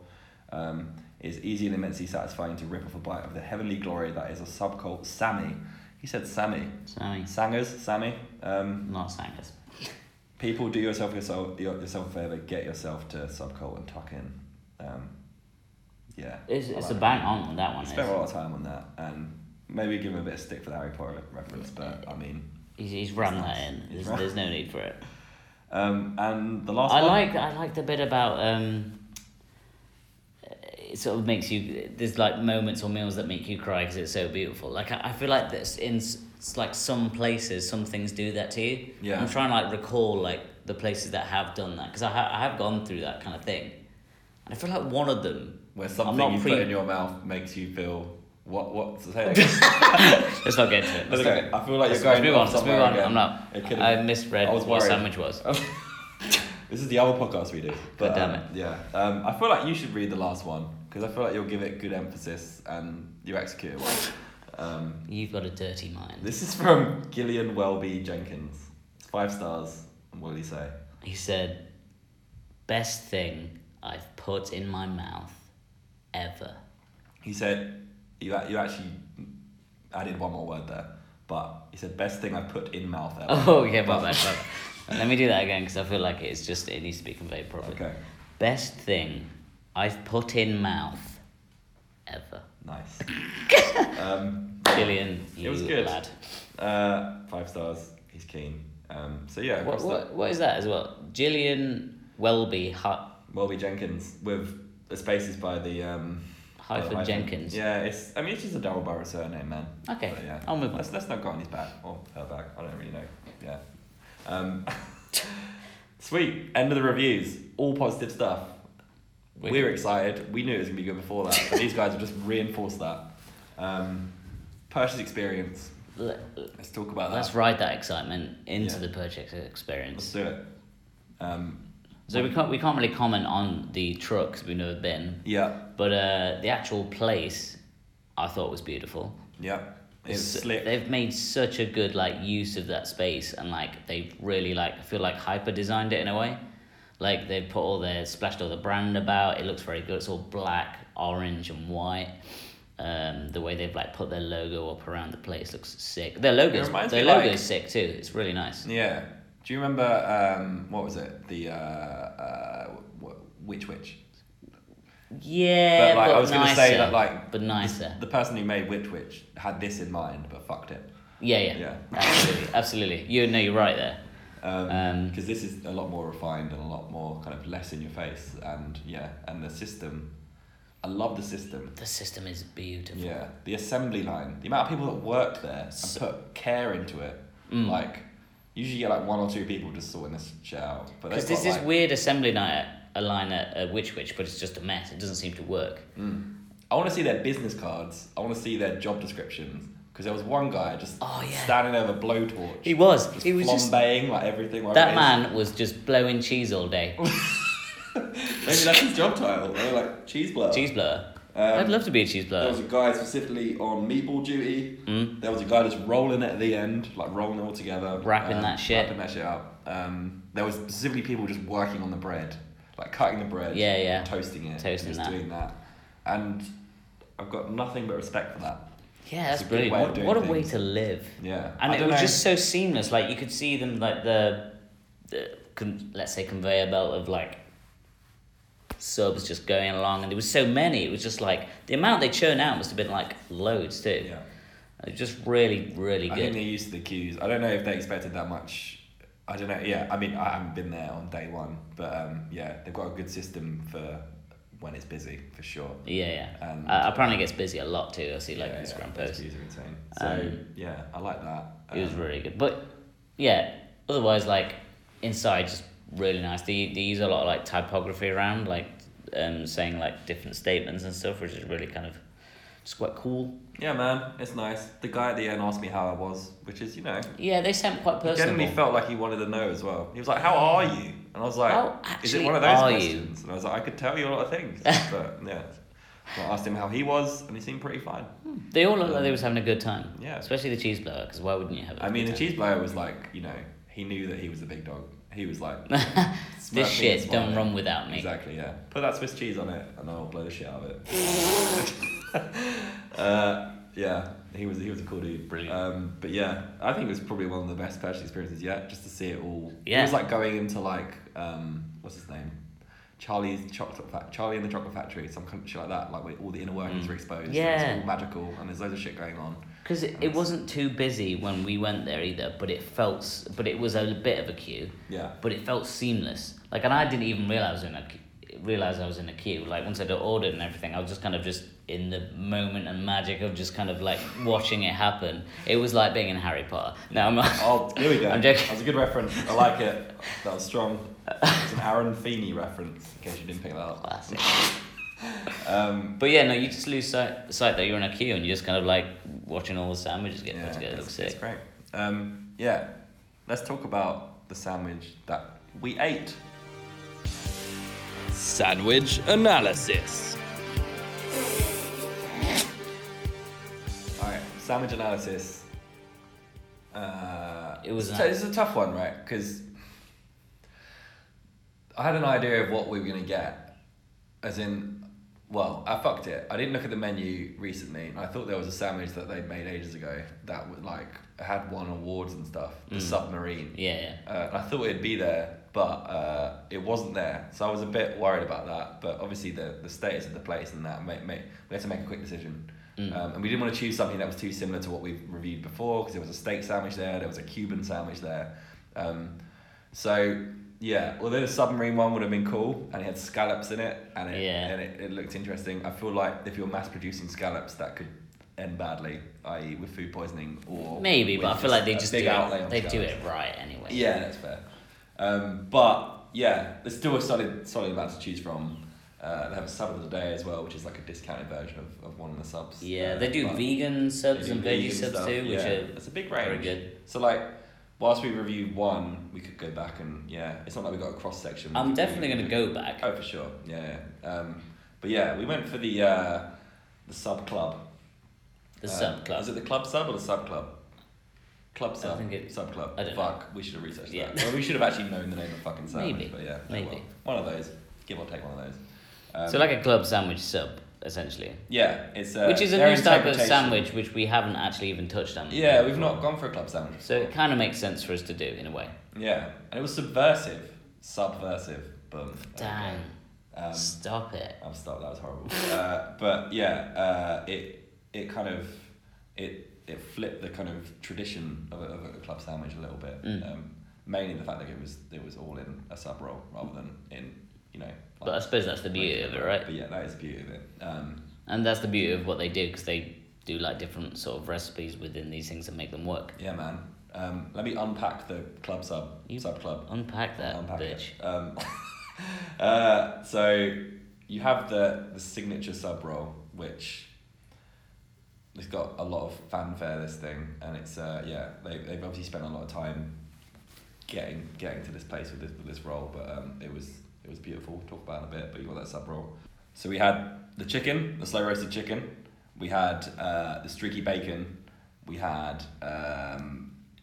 Speaker 1: Um, it's easy and immensely satisfying to rip off a bite of the heavenly glory that is a subcult Sammy. He said Sammy.
Speaker 2: Sammy,
Speaker 1: Sangers, Sammy. Um,
Speaker 2: not Sangus.
Speaker 1: people, do yourself, yourself, your- yourself a favour, get yourself to subcult and tuck in. Um, yeah.
Speaker 2: It's,
Speaker 1: I
Speaker 2: it's
Speaker 1: like
Speaker 2: a
Speaker 1: that.
Speaker 2: bang on that one.
Speaker 1: I
Speaker 2: Is.
Speaker 1: spent a lot of time on that, and maybe give him a bit of stick for the Harry Potter reference, but I mean,
Speaker 2: He's, he's run that in.
Speaker 1: He's
Speaker 2: There's,
Speaker 1: run-
Speaker 2: there's no need for it.
Speaker 1: um, and the last
Speaker 2: I
Speaker 1: one,
Speaker 2: like I like the bit about um. It sort of makes you there's like moments or meals that make you cry because it's so beautiful. Like I, I feel like this in s- it's like some places some things do that to you.
Speaker 1: Yeah.
Speaker 2: I'm trying to like recall like the places that have done that because I ha- I have gone through that kind of thing, and I feel like one of them.
Speaker 1: where
Speaker 2: not
Speaker 1: something you
Speaker 2: pre-
Speaker 1: put in your mouth makes you feel what what. Say
Speaker 2: (laughs)
Speaker 1: that again.
Speaker 2: Let's not get into it. Let's
Speaker 1: Let's
Speaker 2: not
Speaker 1: go. I feel like
Speaker 2: Let's,
Speaker 1: you're
Speaker 2: let's
Speaker 1: going
Speaker 2: move
Speaker 1: off
Speaker 2: on. Let's move
Speaker 1: somewhere
Speaker 2: on.
Speaker 1: again.
Speaker 2: I'm not. um,
Speaker 1: It could've-
Speaker 2: I misread
Speaker 1: I was
Speaker 2: what
Speaker 1: worried.
Speaker 2: sandwich was.
Speaker 1: (laughs) this is the other podcast we do. But,
Speaker 2: God damn
Speaker 1: um, yeah, um, I feel like you should read the last one because I feel like you'll give it good emphasis and you execute it well. um,
Speaker 2: You've got a dirty mind.
Speaker 1: this is from Gillian Welby Jenkins. It's five stars. And what did he say?
Speaker 2: He said, "Best thing I've put in my mouth ever." (laughs)
Speaker 1: He said, you, a- you actually added one more word there, but he said, best thing I've put in mouth ever.
Speaker 2: Oh, okay, my bad. my bad. Let me do that again because I feel like it's just it needs to be conveyed properly.
Speaker 1: Okay,
Speaker 2: Best thing I've put in mouth ever. (laughs)
Speaker 1: nice. um,
Speaker 2: Gillian, you
Speaker 1: was good.
Speaker 2: lad.
Speaker 1: uh, five stars, he's keen. Um, so yeah,
Speaker 2: What,
Speaker 1: across
Speaker 2: what, what is that as well? Gillian Welby hy-
Speaker 1: the Welby Jenkins with the spaces by the. Um, by the
Speaker 2: hyphen Jenkins.
Speaker 1: Yeah, it's. I mean, it's just a double barrel surname, man.
Speaker 2: Okay,
Speaker 1: But yeah.
Speaker 2: I'll move on.
Speaker 1: Let's, let's not go on his back or her back. I don't really know. Yeah. Um, (laughs) sweet. End of the reviews. All positive stuff.
Speaker 2: Wicked.
Speaker 1: We're excited. We knew it was gonna be good before that.
Speaker 2: (laughs)
Speaker 1: But these guys have just reinforced that. Um, purchase experience.
Speaker 2: L-
Speaker 1: Let's talk about that.
Speaker 2: Let's ride that excitement into
Speaker 1: Yeah.
Speaker 2: the purchase
Speaker 1: Let's
Speaker 2: experience.
Speaker 1: do it. Um,
Speaker 2: So we can't we can't really comment on the trucks we've never been,
Speaker 1: yeah.
Speaker 2: but uh, the actual place I thought was beautiful.
Speaker 1: Yeah. It's
Speaker 2: S-
Speaker 1: slick.
Speaker 2: They've made such a good like use of that space, and like they've really like I feel like hyper designed it in a way. Like they've put all their splashed all the brand about. It looks very good. It's all black, orange, and white. Um, the way they've like put their logo up around the place looks sick. Their logo, is-
Speaker 1: reminds
Speaker 2: their
Speaker 1: me,
Speaker 2: logo
Speaker 1: like-
Speaker 2: is sick too. It's really nice.
Speaker 1: Yeah. Do you remember um, what was it? The uh, uh, wh- Witch Witch.
Speaker 2: Yeah,
Speaker 1: But,
Speaker 2: but,
Speaker 1: like, I was gonna
Speaker 2: nicer.
Speaker 1: say that, like,
Speaker 2: but nicer.
Speaker 1: The person who made Witch Witch had this in mind, but fucked it.
Speaker 2: yeah, yeah,
Speaker 1: yeah.
Speaker 2: absolutely, absolutely. You know, you're right there.
Speaker 1: Um
Speaker 2: Um,
Speaker 1: 'cause because this is a lot more refined and a lot more kind of less in your face, and yeah, and the system. I love the system.
Speaker 2: The system is beautiful.
Speaker 1: Yeah, the assembly line, the amount of people that worked there and
Speaker 2: So- Mm.
Speaker 1: put care into it. Like, usually you get like one or two people just sorting this shit out, but
Speaker 2: Because
Speaker 1: they've
Speaker 2: there's
Speaker 1: got,
Speaker 2: this
Speaker 1: like,
Speaker 2: weird assembly night, a line at a Witch Witch, but it's just a mess. It doesn't seem to work.
Speaker 1: I want to see their business cards. I want to see their job descriptions. Because there was one guy just
Speaker 2: Oh, yeah.
Speaker 1: standing over a blowtorch.
Speaker 2: He was.
Speaker 1: Just
Speaker 2: He was just.
Speaker 1: flambeing like everything. whatever it
Speaker 2: That
Speaker 1: is.
Speaker 2: man was just blowing cheese all
Speaker 1: (laughs)
Speaker 2: day.
Speaker 1: Maybe that's his job title. They're like cheese blower.
Speaker 2: cheese blower.
Speaker 1: Um,
Speaker 2: I'd love to be a cheese
Speaker 1: There
Speaker 2: blower.
Speaker 1: was a guy specifically on meatball duty.
Speaker 2: Mm.
Speaker 1: There was a guy just rolling it at the end, like rolling it all together,
Speaker 2: Wrapping
Speaker 1: um,
Speaker 2: that shit.
Speaker 1: wrapping that shit up. Um, there was specifically people just working on the bread, like cutting the bread,
Speaker 2: Yeah, yeah.
Speaker 1: toasting it,
Speaker 2: Toasting
Speaker 1: and just
Speaker 2: that.
Speaker 1: doing that. And I've got nothing but respect for that.
Speaker 2: Yeah,
Speaker 1: It's
Speaker 2: that's
Speaker 1: a good
Speaker 2: brilliant.
Speaker 1: way of
Speaker 2: What,
Speaker 1: doing
Speaker 2: what a
Speaker 1: things.
Speaker 2: way to live.
Speaker 1: Yeah,
Speaker 2: and
Speaker 1: I
Speaker 2: it
Speaker 1: don't
Speaker 2: was
Speaker 1: know.
Speaker 2: just so seamless. Like you could see them, like the, the con- let's say conveyor belt of like subs just going along, and there was so many. It was just like the amount they churn out must have been like loads too.
Speaker 1: Yeah.
Speaker 2: It was just really, really
Speaker 1: I
Speaker 2: good.
Speaker 1: think they're used to the queues. I don't know if they expected that much. I don't know. Yeah, I mean, I haven't been there on day one, but um, yeah, they've got a good system for when it's busy for sure.
Speaker 2: yeah, yeah.
Speaker 1: And-
Speaker 2: uh, apparently, it gets busy a lot too. I see like
Speaker 1: yeah,
Speaker 2: Instagram
Speaker 1: those
Speaker 2: posts.
Speaker 1: queues are insane. So yeah, I like that.
Speaker 2: Um, It was
Speaker 1: Um,
Speaker 2: really good. But yeah, otherwise like inside just really nice. They they use a lot of like typography around, like um saying like different statements and stuff, which is really kind of just quite cool.
Speaker 1: yeah, man, it's nice. The guy at the end asked me how I was, which is you know,
Speaker 2: Yeah, they sound quite
Speaker 1: he
Speaker 2: personal.
Speaker 1: genuinely felt like he wanted to know as well. He was like, "How are you?" And I was like,
Speaker 2: How
Speaker 1: "Is
Speaker 2: actually
Speaker 1: it one of those
Speaker 2: are you?"
Speaker 1: questions?" And I was like, "I could tell you a lot of
Speaker 2: (laughs)
Speaker 1: things, but yeah." So I asked him how he was, and he seemed pretty fine.
Speaker 2: They all looked like they was having a good time.
Speaker 1: um, Yeah.
Speaker 2: Especially the cheese blower, because why wouldn't you have? a
Speaker 1: I mean,
Speaker 2: good
Speaker 1: the
Speaker 2: time?
Speaker 1: cheese blower was like, you know, he knew that he was a big dog. He was like, smirking
Speaker 2: (laughs)
Speaker 1: and
Speaker 2: This shit don't
Speaker 1: smiling.
Speaker 2: run without me.
Speaker 1: Exactly, yeah. Put that Swiss cheese on it, and I'll blow the shit out of it. (laughs) uh, yeah, he was he was a cool dude.
Speaker 2: Brilliant.
Speaker 1: Um, but yeah, I think it was probably one of the best purchase experiences yet, just to see it all.
Speaker 2: Yeah.
Speaker 1: It was like going into like um, what's his name, Charlie's chocolate Fac Charlie and the Chocolate Factory, some kind of shit like that, like where all the inner workings
Speaker 2: Mm.
Speaker 1: were exposed. and
Speaker 2: Yeah.
Speaker 1: It's all magical, and there's loads of shit going on.
Speaker 2: Because it, it wasn't too busy when we went there either, but it felt, s- but it was a bit of a queue.
Speaker 1: Yeah.
Speaker 2: but it felt seamless. Like, and I didn't even realize in a realize I was in a queue. Like once I'd ordered and everything, I was just kind of just in the moment and magic of just kind of like watching it happen. It was like being in Harry Potter. Now I'm not.
Speaker 1: Oh, here we go.
Speaker 2: I'm joking.
Speaker 1: That was a good reference. I like it. That was strong. It's an Aaron Feeney reference, in case you didn't pick that up.
Speaker 2: (laughs) Classic.
Speaker 1: Um,
Speaker 2: But yeah, no, you just lose sight, sight that you're in a queue and you're just kind of like watching all the sandwiches get put together. It looks
Speaker 1: it's, it's
Speaker 2: sick.
Speaker 1: great. Um, yeah, let's talk about the sandwich that we ate.
Speaker 3: Sandwich analysis.
Speaker 1: All right, sandwich analysis. Uh,
Speaker 2: It was
Speaker 1: it's
Speaker 2: a-
Speaker 1: t- This is a tough one, right? Because I had an idea of what we were gonna get, as in, well, I fucked it. I didn't look at the menu recently, and I thought there was a sandwich that they'd made ages ago that would like had won awards and stuff.
Speaker 2: Mm.
Speaker 1: The submarine.
Speaker 2: Yeah, yeah.
Speaker 1: Uh, I thought it'd be there, but uh, it wasn't there. So I was a bit worried about that. But obviously, the, the status of the place and that, made, made, we had to make a quick decision.
Speaker 2: Mm.
Speaker 1: Um, and we didn't want to choose something that was too similar to what we've reviewed before because there was a steak sandwich there, there was a Cuban sandwich there. Um, so, yeah, although the submarine one would have been cool and it had scallops in it and it,
Speaker 2: Yeah.
Speaker 1: and it, it looked interesting, I feel like if you're mass producing scallops, that could end badly, i.e., with food poisoning or.
Speaker 2: Maybe,
Speaker 1: with
Speaker 2: but I feel like they
Speaker 1: a
Speaker 2: just do
Speaker 1: big outlay
Speaker 2: it.
Speaker 1: on
Speaker 2: They do
Speaker 1: scallops.
Speaker 2: it right anyway.
Speaker 1: Yeah, that's fair. Um, but yeah, there's still a solid solid amount to choose from. Uh, they have a sub of the day as well, which is like a discounted version of, of one of the subs.
Speaker 2: Yeah,
Speaker 1: Uh,
Speaker 2: they do
Speaker 1: but
Speaker 2: vegan
Speaker 1: they
Speaker 2: subs
Speaker 1: do
Speaker 2: and
Speaker 1: vegan
Speaker 2: veggie subs
Speaker 1: stuff,
Speaker 2: too, which
Speaker 1: yeah.
Speaker 2: are
Speaker 1: it's a big
Speaker 2: very
Speaker 1: range.
Speaker 2: good.
Speaker 1: So like, whilst we reviewed one, we could go back and yeah, it's not like we got a cross section.
Speaker 2: I'm definitely gonna go back.
Speaker 1: Oh, for sure. Yeah. yeah. Um, but yeah, we went for the uh, the sub club.
Speaker 2: The
Speaker 1: Uh,
Speaker 2: sub club.
Speaker 1: Is it the club sub or the sub club? Club sub.
Speaker 2: think it-
Speaker 1: sub club.
Speaker 2: I don't know.
Speaker 1: Fuck, we should have researched
Speaker 2: Yeah.
Speaker 1: that. Well, we should have actually known the name of fucking sandwich.
Speaker 2: Maybe.
Speaker 1: But yeah, oh
Speaker 2: Maybe.
Speaker 1: well. one of those. Give or take one of those. Um,
Speaker 2: so like a club sandwich sub, essentially,
Speaker 1: yeah, it's uh,
Speaker 2: which is a
Speaker 1: their
Speaker 2: new type of
Speaker 1: interpretation-
Speaker 2: sandwich which we haven't actually even touched on.
Speaker 1: Yeah, we've not gone for a club sandwich.
Speaker 2: So it kind of makes sense for us to do in a way.
Speaker 1: Yeah, and it was subversive, subversive. Boom. There
Speaker 2: Damn,
Speaker 1: we go. Um,
Speaker 2: stop it.
Speaker 1: I'm stuck. That was horrible. uh, but yeah, uh, it it kind of it it flipped the kind of tradition of a, of a club sandwich a little bit.
Speaker 2: Mm.
Speaker 1: Um, mainly the fact that it was it was all in a sub roll rather than in you know. Like,
Speaker 2: But I suppose that's the beauty of it,
Speaker 1: But
Speaker 2: right?
Speaker 1: yeah, that is the beauty of it. Um,
Speaker 2: And that's the beauty of what they do because they do like different sort of recipes within these things and make them work.
Speaker 1: yeah, man. Um, let me unpack the club sub
Speaker 2: You-
Speaker 1: sub club.
Speaker 2: Unpack that,
Speaker 1: Unpack it.
Speaker 2: bitch.
Speaker 1: Um, (laughs) uh, so you have the the signature sub roll, which it's got a lot of fanfare. This thing, and it's uh, yeah, they they've obviously spent a lot of time getting getting to this place with this with this roll, but um, it was it was beautiful. We'll talk about it in a bit, but you got that sub roll. So we had the chicken, the slow roasted chicken. We had uh, the streaky bacon. We had um,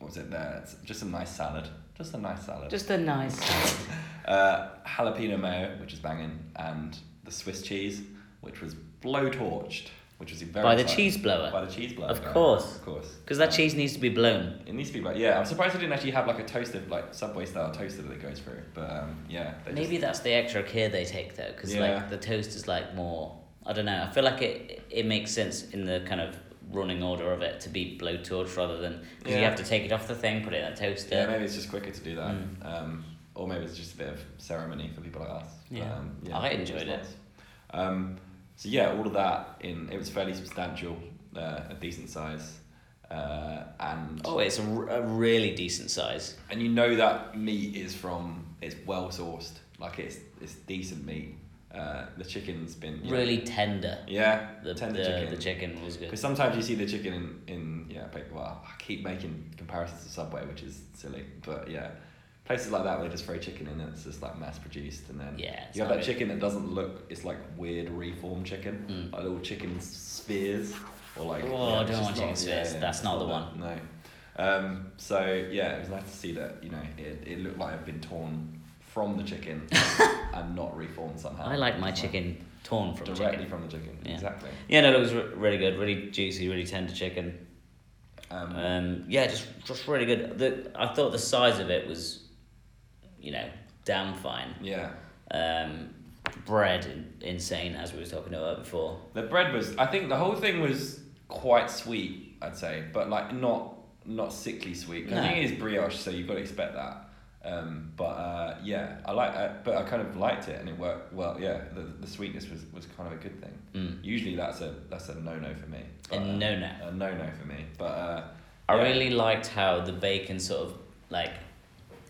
Speaker 1: what was it there? It's just a nice salad. Just a nice salad
Speaker 2: Just a nice.
Speaker 1: uh, jalapeno mayo, which is banging, and the Swiss cheese, which was blow torched. which was very
Speaker 2: By the
Speaker 1: exciting.
Speaker 2: cheese blower.
Speaker 1: By the cheese blower.
Speaker 2: Of
Speaker 1: guy.
Speaker 2: course.
Speaker 1: Of course.
Speaker 2: Because that
Speaker 1: Yeah.
Speaker 2: cheese needs to be blown.
Speaker 1: It needs to be like yeah. I'm surprised they didn't actually have like a toaster, like Subway style toaster that goes through. But um, yeah. they
Speaker 2: Maybe that's the extra care they take though, because
Speaker 1: Yeah.
Speaker 2: like the toast is like more. I don't know. I feel like it. It makes sense in the kind of running order of it to be blowtorch rather than because you
Speaker 1: Yeah.
Speaker 2: have to take it off the thing, put it in a toaster.
Speaker 1: Yeah, maybe it's just quicker to do that.
Speaker 2: Hmm.
Speaker 1: Um, or maybe it's just a bit of ceremony for people like us. But,
Speaker 2: Yeah.
Speaker 1: Um,
Speaker 2: I
Speaker 1: it was
Speaker 2: enjoyed it.
Speaker 1: nice. Um, so yeah, all of that in it was fairly substantial, uh, a decent size, uh, and
Speaker 2: Oh, it's a, r- a really decent size.
Speaker 1: and you know that meat is from it's well sourced, like it's it's decent meat. Uh, the chicken's been you know-
Speaker 2: Really tender.
Speaker 1: yeah
Speaker 2: The
Speaker 1: tender
Speaker 2: the,
Speaker 1: chicken.
Speaker 2: the chicken was good.
Speaker 1: Because sometimes you see the chicken in, in yeah, like, well, I keep making comparisons to Subway, which is silly, but yeah, places like that where they just throw chicken in and it's just like mass produced, and then
Speaker 2: Yeah, it's
Speaker 1: you have
Speaker 2: not
Speaker 1: that
Speaker 2: good.
Speaker 1: chicken that doesn't look, it's like weird reformed chicken,
Speaker 2: Mm.
Speaker 1: like little chicken spheres, or like.
Speaker 2: Oh,
Speaker 1: yeah, it's
Speaker 2: I don't
Speaker 1: just
Speaker 2: want chicken
Speaker 1: not-
Speaker 2: spheres, that's
Speaker 1: it's
Speaker 2: not the
Speaker 1: that- No. Um, so yeah, it was nice to see that you know it, it looked like it'd been torn from the
Speaker 2: (laughs)
Speaker 1: chicken and not reformed somehow.
Speaker 2: I like my
Speaker 1: It's
Speaker 2: chicken torn from
Speaker 1: directly
Speaker 2: chicken.
Speaker 1: from the chicken.
Speaker 2: Yeah.
Speaker 1: Exactly.
Speaker 2: Yeah, no, it was re- really good. Really juicy, really tender chicken.
Speaker 1: Um,
Speaker 2: Um, yeah, just just really good. The I thought the size of it was, you know, damn fine.
Speaker 1: yeah.
Speaker 2: Um, bread in- insane as we were talking about before.
Speaker 1: The bread was. I think the whole thing was quite sweet. I'd say, but like not not sickly sweet. 'Cause I
Speaker 2: No.
Speaker 1: think it is brioche, so you've got to expect that. Um, but uh, yeah, I like. I, but I kind of liked it, and it worked well. Yeah, the, the sweetness was, was kind of a good thing.
Speaker 2: Mm.
Speaker 1: Usually that's a that's a no no for me. But,
Speaker 2: A
Speaker 1: uh,
Speaker 2: no-no.
Speaker 1: A no no for me. But uh,
Speaker 2: I
Speaker 1: yeah.
Speaker 2: really liked how the bacon sort of like,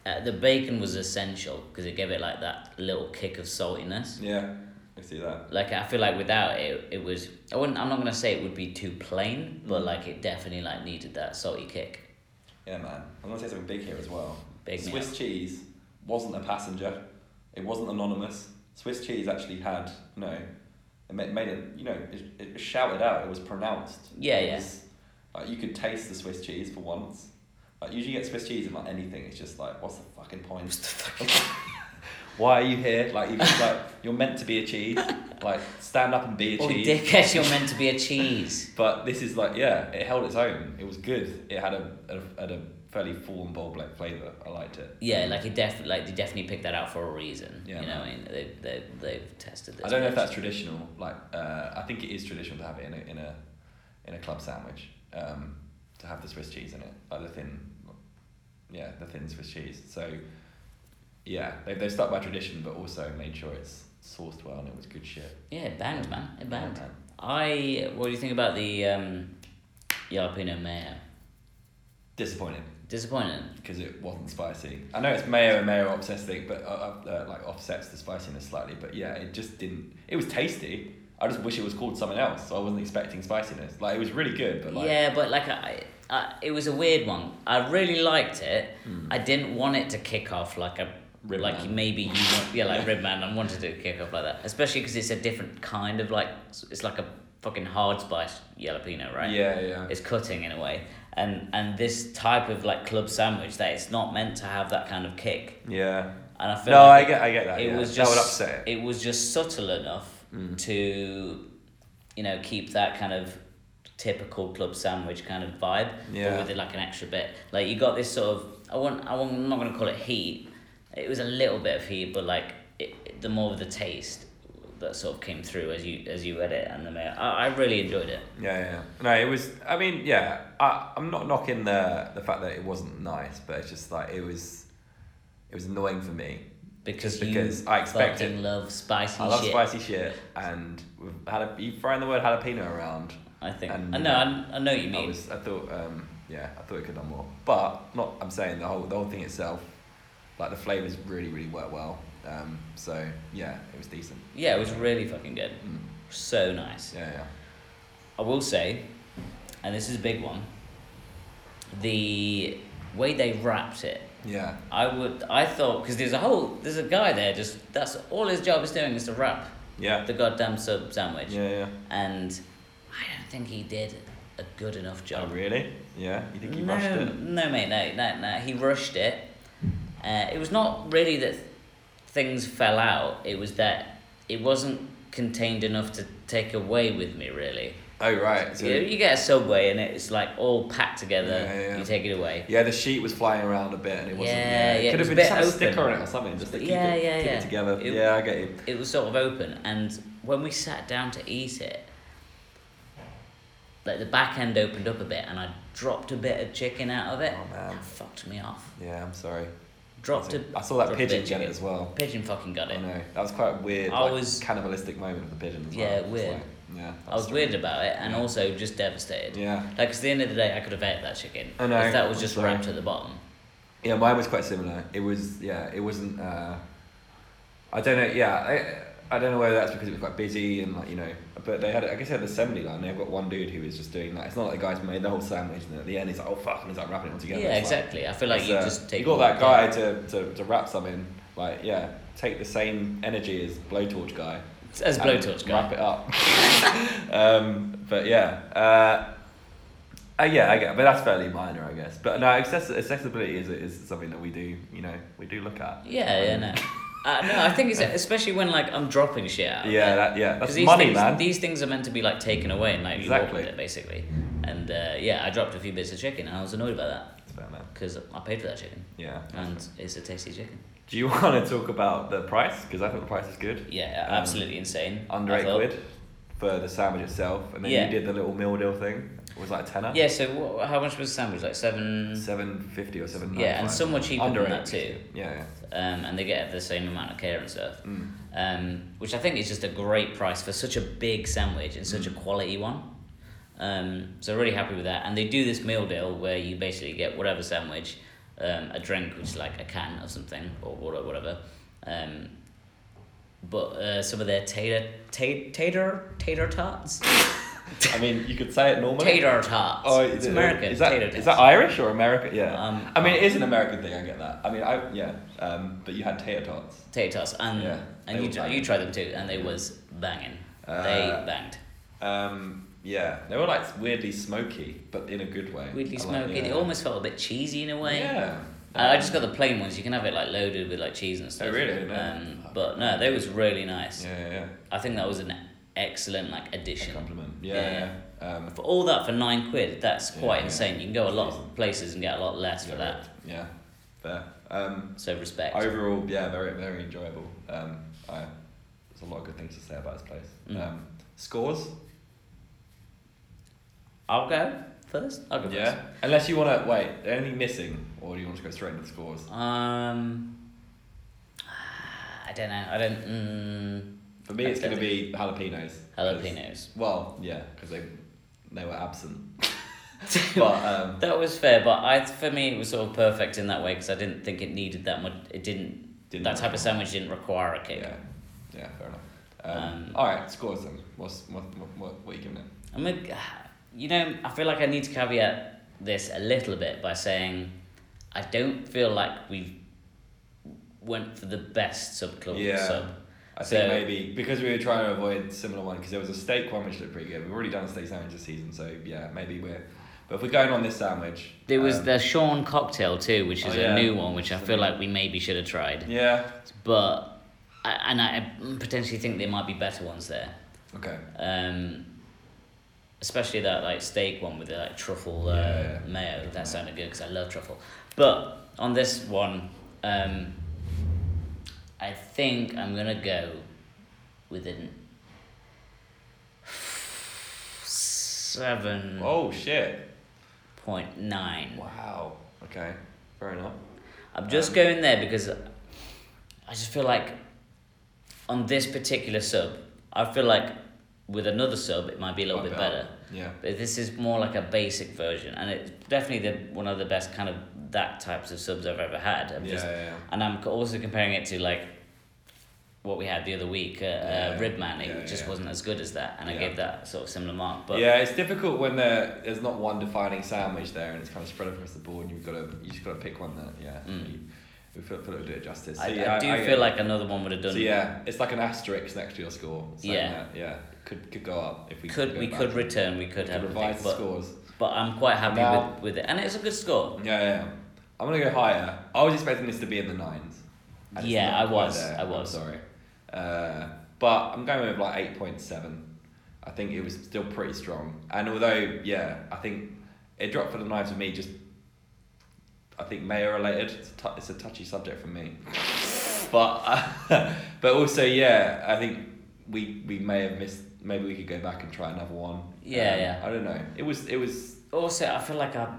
Speaker 2: uh, the bacon was essential because it gave it like that little kick of saltiness.
Speaker 1: Yeah, I see that.
Speaker 2: Like I feel like without it, it was I wouldn't. I'm not gonna say it would be too plain, but
Speaker 1: Mm.
Speaker 2: like it definitely like needed that salty kick.
Speaker 1: Yeah, man. I'm gonna say something big here as well.
Speaker 2: Big me
Speaker 1: Swiss cheese wasn't a passenger. It wasn't anonymous. Swiss cheese actually had no. It ma- made it. You know, it, it was shouted out. It was pronounced.
Speaker 2: Yeah,
Speaker 1: It
Speaker 2: yeah.
Speaker 1: was- like, you could taste the Swiss cheese for once. Like usually you get Swiss cheese in like anything. It's just like, what's the fucking point? (laughs) Why are you here? Like you just like you're meant to be a cheese. Like stand up and be a
Speaker 2: Oh,
Speaker 1: cheese.
Speaker 2: dickhead! You're meant to be
Speaker 1: (laughs)
Speaker 2: a cheese.
Speaker 1: But this is like, yeah, it held its own. It was good. It had a, a, had a fairly full and bold black flavour. I liked it.
Speaker 2: Yeah, like it def like they definitely picked that out for a reason.
Speaker 1: Yeah,
Speaker 2: you know,
Speaker 1: man.
Speaker 2: I mean, they they they've tested this.
Speaker 1: I don't know if
Speaker 2: bitch.
Speaker 1: that's traditional. Like, uh, I think it is traditional to have it in a, in a, in a club sandwich, um, to have the Swiss cheese in it, like the thin, yeah, the thin Swiss cheese. So, yeah, they've, they've stuck by tradition, but also made sure it's sourced well and it was good shit.
Speaker 2: yeah, it banged, man. It banged.
Speaker 1: Yeah, man.
Speaker 2: I what do you think about the um, jalapeno mayo?
Speaker 1: Disappointed.
Speaker 2: Disappointing.
Speaker 1: because it wasn't spicy. I know it's mayo and mayo obsessed thing, but uh, uh, like offsets the spiciness slightly. But yeah, it just didn't. It was tasty. I just wish it was called something else. So I wasn't expecting spiciness. Like it was really good, but like
Speaker 2: yeah, but like I, I, it was a weird one. I really liked it. I didn't want it to kick off like a
Speaker 1: Hmm. Rib
Speaker 2: like
Speaker 1: man.
Speaker 2: maybe you want, yeah
Speaker 1: (laughs)
Speaker 2: like
Speaker 1: Yeah.
Speaker 2: rib man. I wanted it to kick off like that, especially because it's a different kind of like it's like a fucking hard spice jalapeno, right?
Speaker 1: yeah, yeah.
Speaker 2: It's cutting in a way and and this type of like club sandwich that it's not meant to have that kind of kick
Speaker 1: yeah.
Speaker 2: and i feel
Speaker 1: No, I
Speaker 2: like
Speaker 1: get, I get that. Oh,
Speaker 2: it
Speaker 1: yeah.
Speaker 2: was just
Speaker 1: that would upset it. Mm.
Speaker 2: it was just subtle enough to you know keep that kind of typical club sandwich kind of vibe
Speaker 1: Yeah.
Speaker 2: but with it like an extra bit like you got this sort of i want i want, i'm not going to call it heat it was a little bit of heat but like it, it- the more of the taste that sort of came through as you as you read it and the mayo i, I really enjoyed it
Speaker 1: Yeah, yeah. No, it was. I mean, yeah. I, I'm not knocking the the fact that it wasn't nice, but it's just like it was. It was annoying for me
Speaker 2: because,
Speaker 1: Just because
Speaker 2: you
Speaker 1: I expect
Speaker 2: fucking
Speaker 1: it.
Speaker 2: love spicy
Speaker 1: I love
Speaker 2: shit.
Speaker 1: spicy shit, and we've had a, you throwing the word jalapeno around.
Speaker 2: I think.
Speaker 1: And-
Speaker 2: I know. I, I know what you
Speaker 1: I
Speaker 2: mean.
Speaker 1: was, I thought, um, yeah, I thought it could have done more, but not. I'm saying the whole, the whole thing itself, like the flavors really, really work well. Um, so yeah, it was decent. Mm.
Speaker 2: Yeah, it was really fucking good. So nice.
Speaker 1: Yeah, yeah.
Speaker 2: I will say, and this is a big one. The way they wrapped it,
Speaker 1: Yeah,
Speaker 2: I would. I thought because there's a whole there's a guy there just that's all his job is doing is to wrap
Speaker 1: yeah,
Speaker 2: the goddamn sub sandwich,
Speaker 1: yeah, yeah.
Speaker 2: and I don't think he did a good enough job.
Speaker 1: Oh, really? Yeah. You think you
Speaker 2: no,
Speaker 1: rushed it?
Speaker 2: No, mate, no, no, no. He rushed it. Uh, it was not really that things fell out. It was that it wasn't contained enough to take away with me, really.
Speaker 1: Oh right. So
Speaker 2: you, you get a subway and it's like all packed together.
Speaker 1: Yeah, yeah, yeah.
Speaker 2: You take it away.
Speaker 1: yeah, the sheet was flying around a bit, and it wasn't.
Speaker 2: Yeah,
Speaker 1: Yeah,
Speaker 2: yeah, it
Speaker 1: Could
Speaker 2: was
Speaker 1: have
Speaker 2: a
Speaker 1: been
Speaker 2: bit
Speaker 1: just had a
Speaker 2: open.
Speaker 1: sticker on it or something, just to keep
Speaker 2: Yeah,
Speaker 1: it,
Speaker 2: yeah,
Speaker 1: keep
Speaker 2: yeah.
Speaker 1: it together.
Speaker 2: It-
Speaker 1: yeah, I get you.
Speaker 2: It was sort of open, and when we sat down to eat it, like the back end opened up a bit, and I dropped a bit of chicken out of it.
Speaker 1: Oh, man.
Speaker 2: That fucked me off.
Speaker 1: Yeah, I'm sorry. I
Speaker 2: Dropped a.
Speaker 1: think- I saw that
Speaker 2: dropped a bit
Speaker 1: pigeon
Speaker 2: of
Speaker 1: get it
Speaker 2: chicken.
Speaker 1: as well.
Speaker 2: Pigeon fucking got
Speaker 1: I
Speaker 2: it.
Speaker 1: know that was quite a weird.
Speaker 2: I
Speaker 1: like,
Speaker 2: was-
Speaker 1: cannibalistic moment of the pigeon as well.
Speaker 2: Yeah,
Speaker 1: It's
Speaker 2: weird.
Speaker 1: like, yeah.
Speaker 2: I was weird about it, and
Speaker 1: Yeah.
Speaker 2: also just devastated.
Speaker 1: Yeah.
Speaker 2: Like, 'cause at the end of the day, I could have ate that chicken.
Speaker 1: I know,
Speaker 2: If that was
Speaker 1: I'm
Speaker 2: just
Speaker 1: sorry.
Speaker 2: wrapped at the bottom.
Speaker 1: Yeah, mine was quite similar. It was yeah, it wasn't. Uh, I don't know. Yeah, I I don't know whether that's because it was quite busy and like you know, but they had I guess they had the assembly line. They've got one dude who was just doing that. It's not like the guy's made the whole sandwich and at the end he's like oh fuck and he's like wrapping it all
Speaker 2: Yeah,
Speaker 1: together. It's like-
Speaker 2: exactly. I feel like
Speaker 1: it's,
Speaker 2: you
Speaker 1: uh,
Speaker 2: just take.
Speaker 1: you got
Speaker 2: all
Speaker 1: that
Speaker 2: down.
Speaker 1: guy to, to, to wrap something like yeah, take the same energy as blowtorch guy.
Speaker 2: As
Speaker 1: and
Speaker 2: blowtorch guy.
Speaker 1: Wrap it up. (laughs) um, but yeah. Uh, uh, yeah, I get, but that's fairly minor, I guess. But no, access- accessibility is is something that we do, you know, we do look at. Um,
Speaker 2: Yeah, yeah, no. Uh, no, I think it's especially when like I'm dropping shit out.
Speaker 1: Yeah, that, yeah, that's
Speaker 2: Because these
Speaker 1: money,
Speaker 2: things,
Speaker 1: man.
Speaker 2: These things are meant to be like taken away and like you
Speaker 1: Exactly.
Speaker 2: walk with it basically. And uh, yeah, I dropped a few bits of chicken and I was annoyed about that
Speaker 1: It's fair, man.
Speaker 2: because I paid for that chicken
Speaker 1: Yeah.
Speaker 2: and it's a tasty chicken.
Speaker 1: Do you (laughs) want to talk about the price? Because I thought the price is good.
Speaker 2: Yeah,
Speaker 1: Um,
Speaker 2: absolutely insane.
Speaker 1: Under
Speaker 2: I
Speaker 1: eight
Speaker 2: thought.
Speaker 1: quid for the sandwich itself, and then
Speaker 2: Yeah.
Speaker 1: you did the little meal deal thing. It was like a tenner.
Speaker 2: Yeah. So wha how much was the sandwich? Like seven.
Speaker 1: Seven fifty or seven.
Speaker 2: Yeah, and somewhat cheaper
Speaker 1: Under
Speaker 2: than
Speaker 1: eight.
Speaker 2: that too.
Speaker 1: Yeah.
Speaker 2: Um, and they get the same amount of care and stuff. (laughs)
Speaker 1: yeah. Mm.
Speaker 2: um, which I think is just a great price for such a big sandwich and
Speaker 1: Mm.
Speaker 2: such a quality one. Um, so really happy with that. And they do this meal deal where you basically get whatever sandwich, um, a drink which is like a can of something or water, whatever. Um, but uh, some of their tater ta- tater tater tarts,
Speaker 1: I mean, you could say it normally.
Speaker 2: tater tarts.
Speaker 1: Oh,
Speaker 2: it's
Speaker 1: is it-
Speaker 2: American.
Speaker 1: Is that,
Speaker 2: tater tarts.
Speaker 1: is that Irish or American? Yeah.
Speaker 2: Um,
Speaker 1: I mean, it is an American thing. I get that. I mean, I yeah. Um, but you had tater tots.
Speaker 2: tater tarts? And
Speaker 1: Yeah, they
Speaker 2: and you
Speaker 1: were
Speaker 2: tr-
Speaker 1: banging.
Speaker 2: you tried them too, and they was banging. they
Speaker 1: Uh,
Speaker 2: banged.
Speaker 1: Um, yeah, they were like weirdly smoky, but in a good way.
Speaker 2: Weirdly
Speaker 1: I like-
Speaker 2: smoky.
Speaker 1: yeah.
Speaker 2: It almost felt a bit cheesy in a way.
Speaker 1: Yeah.
Speaker 2: Uh, I just got the plain ones. You can have it like loaded with like cheese and stuff.
Speaker 1: Um, Oh, really? No.
Speaker 2: Um, but no, they was really nice.
Speaker 1: Yeah, yeah, yeah.
Speaker 2: I think that was an excellent like
Speaker 1: A
Speaker 2: addition.
Speaker 1: compliment. Yeah, yeah. yeah. Um,
Speaker 2: For all that for nine quid, that's
Speaker 1: Yeah,
Speaker 2: quite
Speaker 1: yeah.
Speaker 2: insane. You can go a lot of places and get a lot less for that.
Speaker 1: Yeah. Fair. Um,
Speaker 2: So respect.
Speaker 1: overall, yeah, very very enjoyable. Um, I, there's a lot of good things to say about this place.
Speaker 2: Mm.
Speaker 1: Um, scores.
Speaker 2: I'll go first. I'll go
Speaker 1: Yeah. Unless you want to wait, anything missing, or do you want to go straight into the scores?
Speaker 2: first. Um. (sighs) I don't know. I don't. Mm,
Speaker 1: For me, it's going to be jalapenos. 'cause-
Speaker 2: jalapenos.
Speaker 1: Well, yeah, because they they were
Speaker 2: (laughs)
Speaker 1: absent. but um,
Speaker 2: That was fair, but I for me it was sort of perfect in that way because I didn't think it needed that much. It didn't.
Speaker 1: Didn't
Speaker 2: that type of sandwich didn't require a kick.
Speaker 1: yeah, yeah, fair enough. Um,
Speaker 2: Um,
Speaker 1: all right, scores then. What's what what what, what are you giving it?
Speaker 2: I'm a, (sighs) you know, I feel like I need to caveat this a little bit by saying I don't feel like we went for the best sub club
Speaker 1: Yeah.
Speaker 2: sub.
Speaker 1: I think
Speaker 2: So-
Speaker 1: maybe because we were trying to avoid similar one because there was a steak one which looked pretty good. We've already done a steak sandwich this season, so yeah, maybe we're. But if we're going on this sandwich,
Speaker 2: There was
Speaker 1: um,
Speaker 2: the Sean cocktail too, which is
Speaker 1: Oh,
Speaker 2: a
Speaker 1: yeah.
Speaker 2: new one, which I
Speaker 1: It's a
Speaker 2: feel
Speaker 1: new-
Speaker 2: like we maybe should have tried.
Speaker 1: Yeah.
Speaker 2: But I, and I potentially think there might be better ones there.
Speaker 1: Okay.
Speaker 2: Um, especially that like steak one with the like truffle uh,
Speaker 1: Yeah.
Speaker 2: mayo. That sounded good because I love truffle. But on this one, um, I think I'm gonna go with an seven
Speaker 1: Oh shit!
Speaker 2: point nine.
Speaker 1: Wow. Okay. Fair enough.
Speaker 2: I'm just
Speaker 1: Um,
Speaker 2: going there because I just feel like on this particular sub, I feel like with another sub it might be a little
Speaker 1: Might
Speaker 2: bit
Speaker 1: be up.
Speaker 2: better.
Speaker 1: Yeah.
Speaker 2: But this is more like a basic version, and it's definitely the one of the best kind of that types of subs I've ever had. I'm
Speaker 1: Yeah,
Speaker 2: just,
Speaker 1: yeah, yeah.
Speaker 2: and I'm co- also comparing it to like what we had the other week, uh,
Speaker 1: Yeah,
Speaker 2: uh, Ribman. It
Speaker 1: yeah,
Speaker 2: just
Speaker 1: yeah.
Speaker 2: wasn't as good as that, and I
Speaker 1: Yeah.
Speaker 2: gave that sort of similar mark. But
Speaker 1: yeah, it's difficult when there, there's not one defining sandwich there, and it's kind of spread across the board, and you've got to you just got to pick one that yeah,
Speaker 2: Mm.
Speaker 1: you, we feel, feel it would do it justice.
Speaker 2: I,
Speaker 1: So,
Speaker 2: I,
Speaker 1: yeah,
Speaker 2: do
Speaker 1: I-
Speaker 2: feel like another one would have done.
Speaker 1: so yeah, it's like an asterisk next to your score. saying
Speaker 2: Yeah.
Speaker 1: that, yeah, could could go up if we
Speaker 2: Could
Speaker 1: go
Speaker 2: we
Speaker 1: back.
Speaker 2: could return? We could
Speaker 1: Could
Speaker 2: have a
Speaker 1: revise
Speaker 2: think,
Speaker 1: the
Speaker 2: but,
Speaker 1: scores.
Speaker 2: but I'm quite happy
Speaker 1: Now-
Speaker 2: with, with it, and it's a good score.
Speaker 1: Yeah, yeah, yeah. I'm gonna go higher. I was expecting this to be in the nines. and it's
Speaker 2: Yeah,
Speaker 1: not
Speaker 2: I
Speaker 1: quite
Speaker 2: was, I
Speaker 1: I'm
Speaker 2: was.
Speaker 1: sorry, uh, but I'm going with like eight point seven. I think it was still pretty strong. And although, yeah, I think it dropped for the knives with me just. I think mayor related. It's a, tou- it's a touchy subject for me, (laughs) but but (laughs) also yeah, I think we we may have missed. Maybe we could go back and try another one. Um,
Speaker 2: Yeah, yeah.
Speaker 1: I don't know. It was it was
Speaker 2: Also, I feel like I,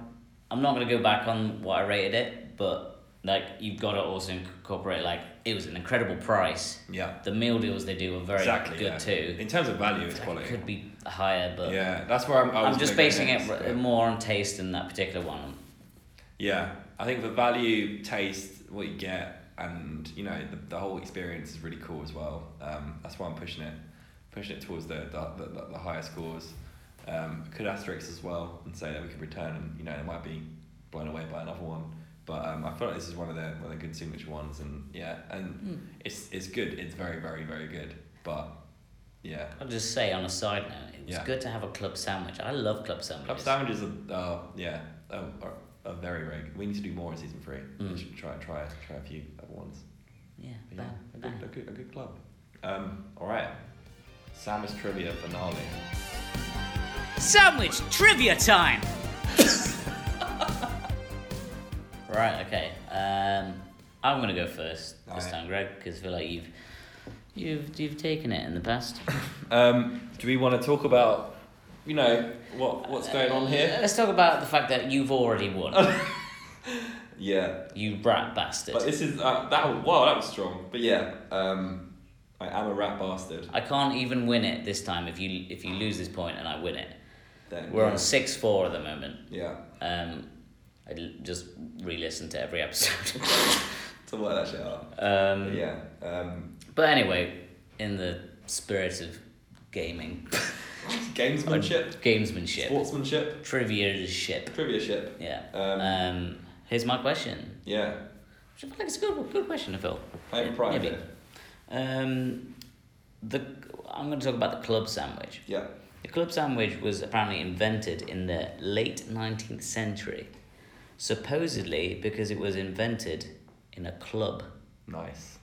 Speaker 2: I'm not gonna go back on what I rated it, but like you've got to also incorporate like it was an incredible price.
Speaker 1: yeah
Speaker 2: The meal deals they do are very
Speaker 1: exactly
Speaker 2: good
Speaker 1: yeah.
Speaker 2: too.
Speaker 1: In terms of value, it's
Speaker 2: Like,
Speaker 1: quality.
Speaker 2: It could be higher, but
Speaker 1: Yeah, that's where I'm. I was
Speaker 2: I'm just
Speaker 1: gonna go
Speaker 2: basing
Speaker 1: next,
Speaker 2: it r- um,
Speaker 1: but-
Speaker 2: more on taste than that particular one.
Speaker 1: Yeah, I think the value, taste, what you get, and you know the, the whole experience is really cool as well. Um, that's why I'm pushing it, pushing it towards the the, the, the, the higher scores. Um, could asterisk as well and say that we could return and you know it might be blown away by another one. But um, I feel like this is one of the one of the good signature ones and yeah and
Speaker 2: Hmm.
Speaker 1: it's it's good. It's very very very good. But yeah,
Speaker 2: I'll just say on a side note, it was
Speaker 1: Yeah.
Speaker 2: good to have a club sandwich. I love club sandwiches.
Speaker 1: Club sandwiches are, are uh, yeah, are, are, are very very good. We need to do more in season three.
Speaker 2: Mm.
Speaker 1: We should try try try a few other ones.
Speaker 2: Yeah,
Speaker 1: But
Speaker 2: bam,
Speaker 1: yeah, a
Speaker 2: bam.
Speaker 1: good, a good, a good club. Um, all right, Samus trivia finale.
Speaker 2: Sandwich trivia time! (laughs) right, okay. Um, I'm going to go first this
Speaker 1: Alright.
Speaker 2: time, Greg, because I feel like you've, you've, you've taken it in the
Speaker 1: (laughs)
Speaker 2: past.
Speaker 1: Um, do we want to talk about you know what what's going on here?
Speaker 2: Let's talk about the fact that you've already won,
Speaker 1: (laughs) Yeah,
Speaker 2: you rat bastard.
Speaker 1: but this is uh, that wow that was strong. But yeah, um, I am a rat bastard.
Speaker 2: I can't even win it this time if you if you lose this point and I win it.
Speaker 1: Then
Speaker 2: We're on 6 4 at the moment.
Speaker 1: yeah.
Speaker 2: Um, I l- just re listened to every episode. (laughs)
Speaker 1: To work that shit out.
Speaker 2: um,
Speaker 1: But yeah.
Speaker 2: (laughs)
Speaker 1: Um,
Speaker 2: But anyway, in the spirit of gaming, (laughs)
Speaker 1: gamesmanship,
Speaker 2: gamesmanship,
Speaker 1: sportsmanship,
Speaker 2: trivia ship,
Speaker 1: trivia ship.
Speaker 2: yeah.
Speaker 1: Um,
Speaker 2: Um, here's my question.
Speaker 1: Yeah.
Speaker 2: Which I feel like it's a good, good question to Phil.
Speaker 1: Play for pride.
Speaker 2: Maybe. Um, the I'm going to talk about the club sandwich.
Speaker 1: Yeah.
Speaker 2: The club sandwich was apparently invented in the late 19th century, supposedly because it was invented in a club.
Speaker 1: Nice.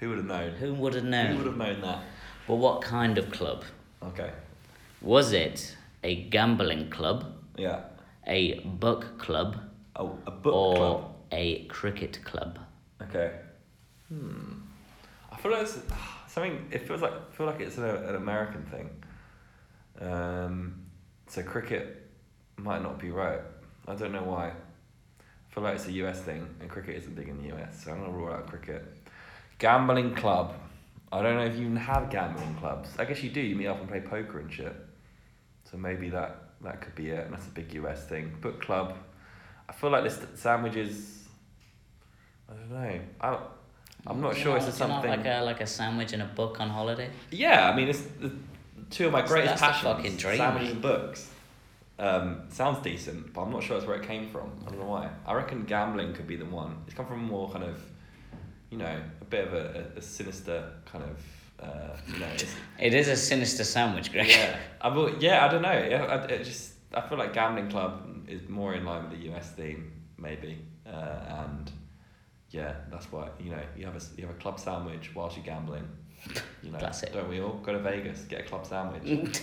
Speaker 1: Who would have known?
Speaker 2: Who would have
Speaker 1: Who would
Speaker 2: known?
Speaker 1: have known that?
Speaker 2: But what kind of club?
Speaker 1: Okay.
Speaker 2: Was it a gambling club,
Speaker 1: Yeah.
Speaker 2: a book club,
Speaker 1: A, a book
Speaker 2: or
Speaker 1: club.
Speaker 2: a cricket club?
Speaker 1: Okay. Hmm. I feel like it's something. It feels like I feel like it's an, an American thing. Um, so cricket might not be right. I don't know why. I feel like it's a US thing, and cricket isn't big in the US, so I'm gonna rule out cricket. Gambling club. I don't know if you even have gambling clubs. I guess you do. You meet up and play poker and shit. So maybe that that could be it, and that's a big US thing. Book club. I feel like this sandwiches. I don't know. I, I'm not
Speaker 2: Do you
Speaker 1: sure
Speaker 2: not-
Speaker 1: it's a
Speaker 2: do you not
Speaker 1: something.
Speaker 2: Like a, like a sandwich and a book on holiday?
Speaker 1: Yeah, I mean, it's the, two of my
Speaker 2: That's-
Speaker 1: greatest
Speaker 2: that's the
Speaker 1: passions:
Speaker 2: fucking dream,
Speaker 1: sandwiches
Speaker 2: mate.
Speaker 1: and books. Um, sounds decent, but I'm not sure that's where it came from. I don't know why. I reckon gambling could be the one. It's come from more kind of, you know, a bit of a, a, a sinister kind of, uh, you know. It's,
Speaker 2: It is a sinister sandwich, Greg. (laughs)
Speaker 1: yeah, (laughs) I will, yeah, I don't know. Yeah, I, it just I feel like gambling club is more in line with the US theme, maybe, uh, and yeah, that's why you know you have a s- you have a club sandwich whilst you're gambling. You know,
Speaker 2: That's it.
Speaker 1: don't we all go to Vegas, get a club
Speaker 2: (laughs)
Speaker 1: sandwich,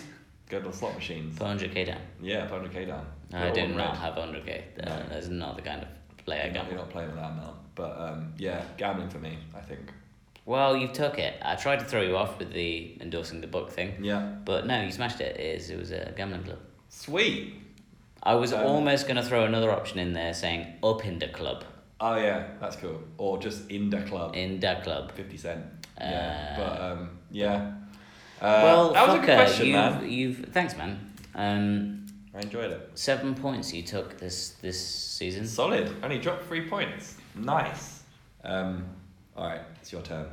Speaker 1: go to the slot machines.
Speaker 2: 400k down.
Speaker 1: Yeah, put hundred k down.
Speaker 2: I
Speaker 1: You're
Speaker 2: do
Speaker 1: all
Speaker 2: not
Speaker 1: red.
Speaker 2: have 100k. That-
Speaker 1: No.
Speaker 2: That's not the kind of play I
Speaker 1: You're not,
Speaker 2: gamble.
Speaker 1: you're not playing with that amount, but um, yeah, gambling for me, I think.
Speaker 2: Well, you took it. I tried to throw you off with the endorsing the book thing,
Speaker 1: Yeah,
Speaker 2: but no, you smashed it. It, is, it was a gambling club.
Speaker 1: sweet.
Speaker 2: I was
Speaker 1: Um,
Speaker 2: almost going to throw another option in there saying up in the club.
Speaker 1: Oh yeah, that's cool. Or just in the club.
Speaker 2: In the club.
Speaker 1: 50 Cent. Yeah.
Speaker 2: Uh,
Speaker 1: but, um, yeah. Uh,
Speaker 2: well,
Speaker 1: that was a
Speaker 2: fucker,
Speaker 1: good question,
Speaker 2: you've,
Speaker 1: man.
Speaker 2: You've, thanks, man. Um,
Speaker 1: I enjoyed it.
Speaker 2: seven points you took this, this season.
Speaker 1: Solid. Only dropped three points. Nice. Um, all right, it's your turn.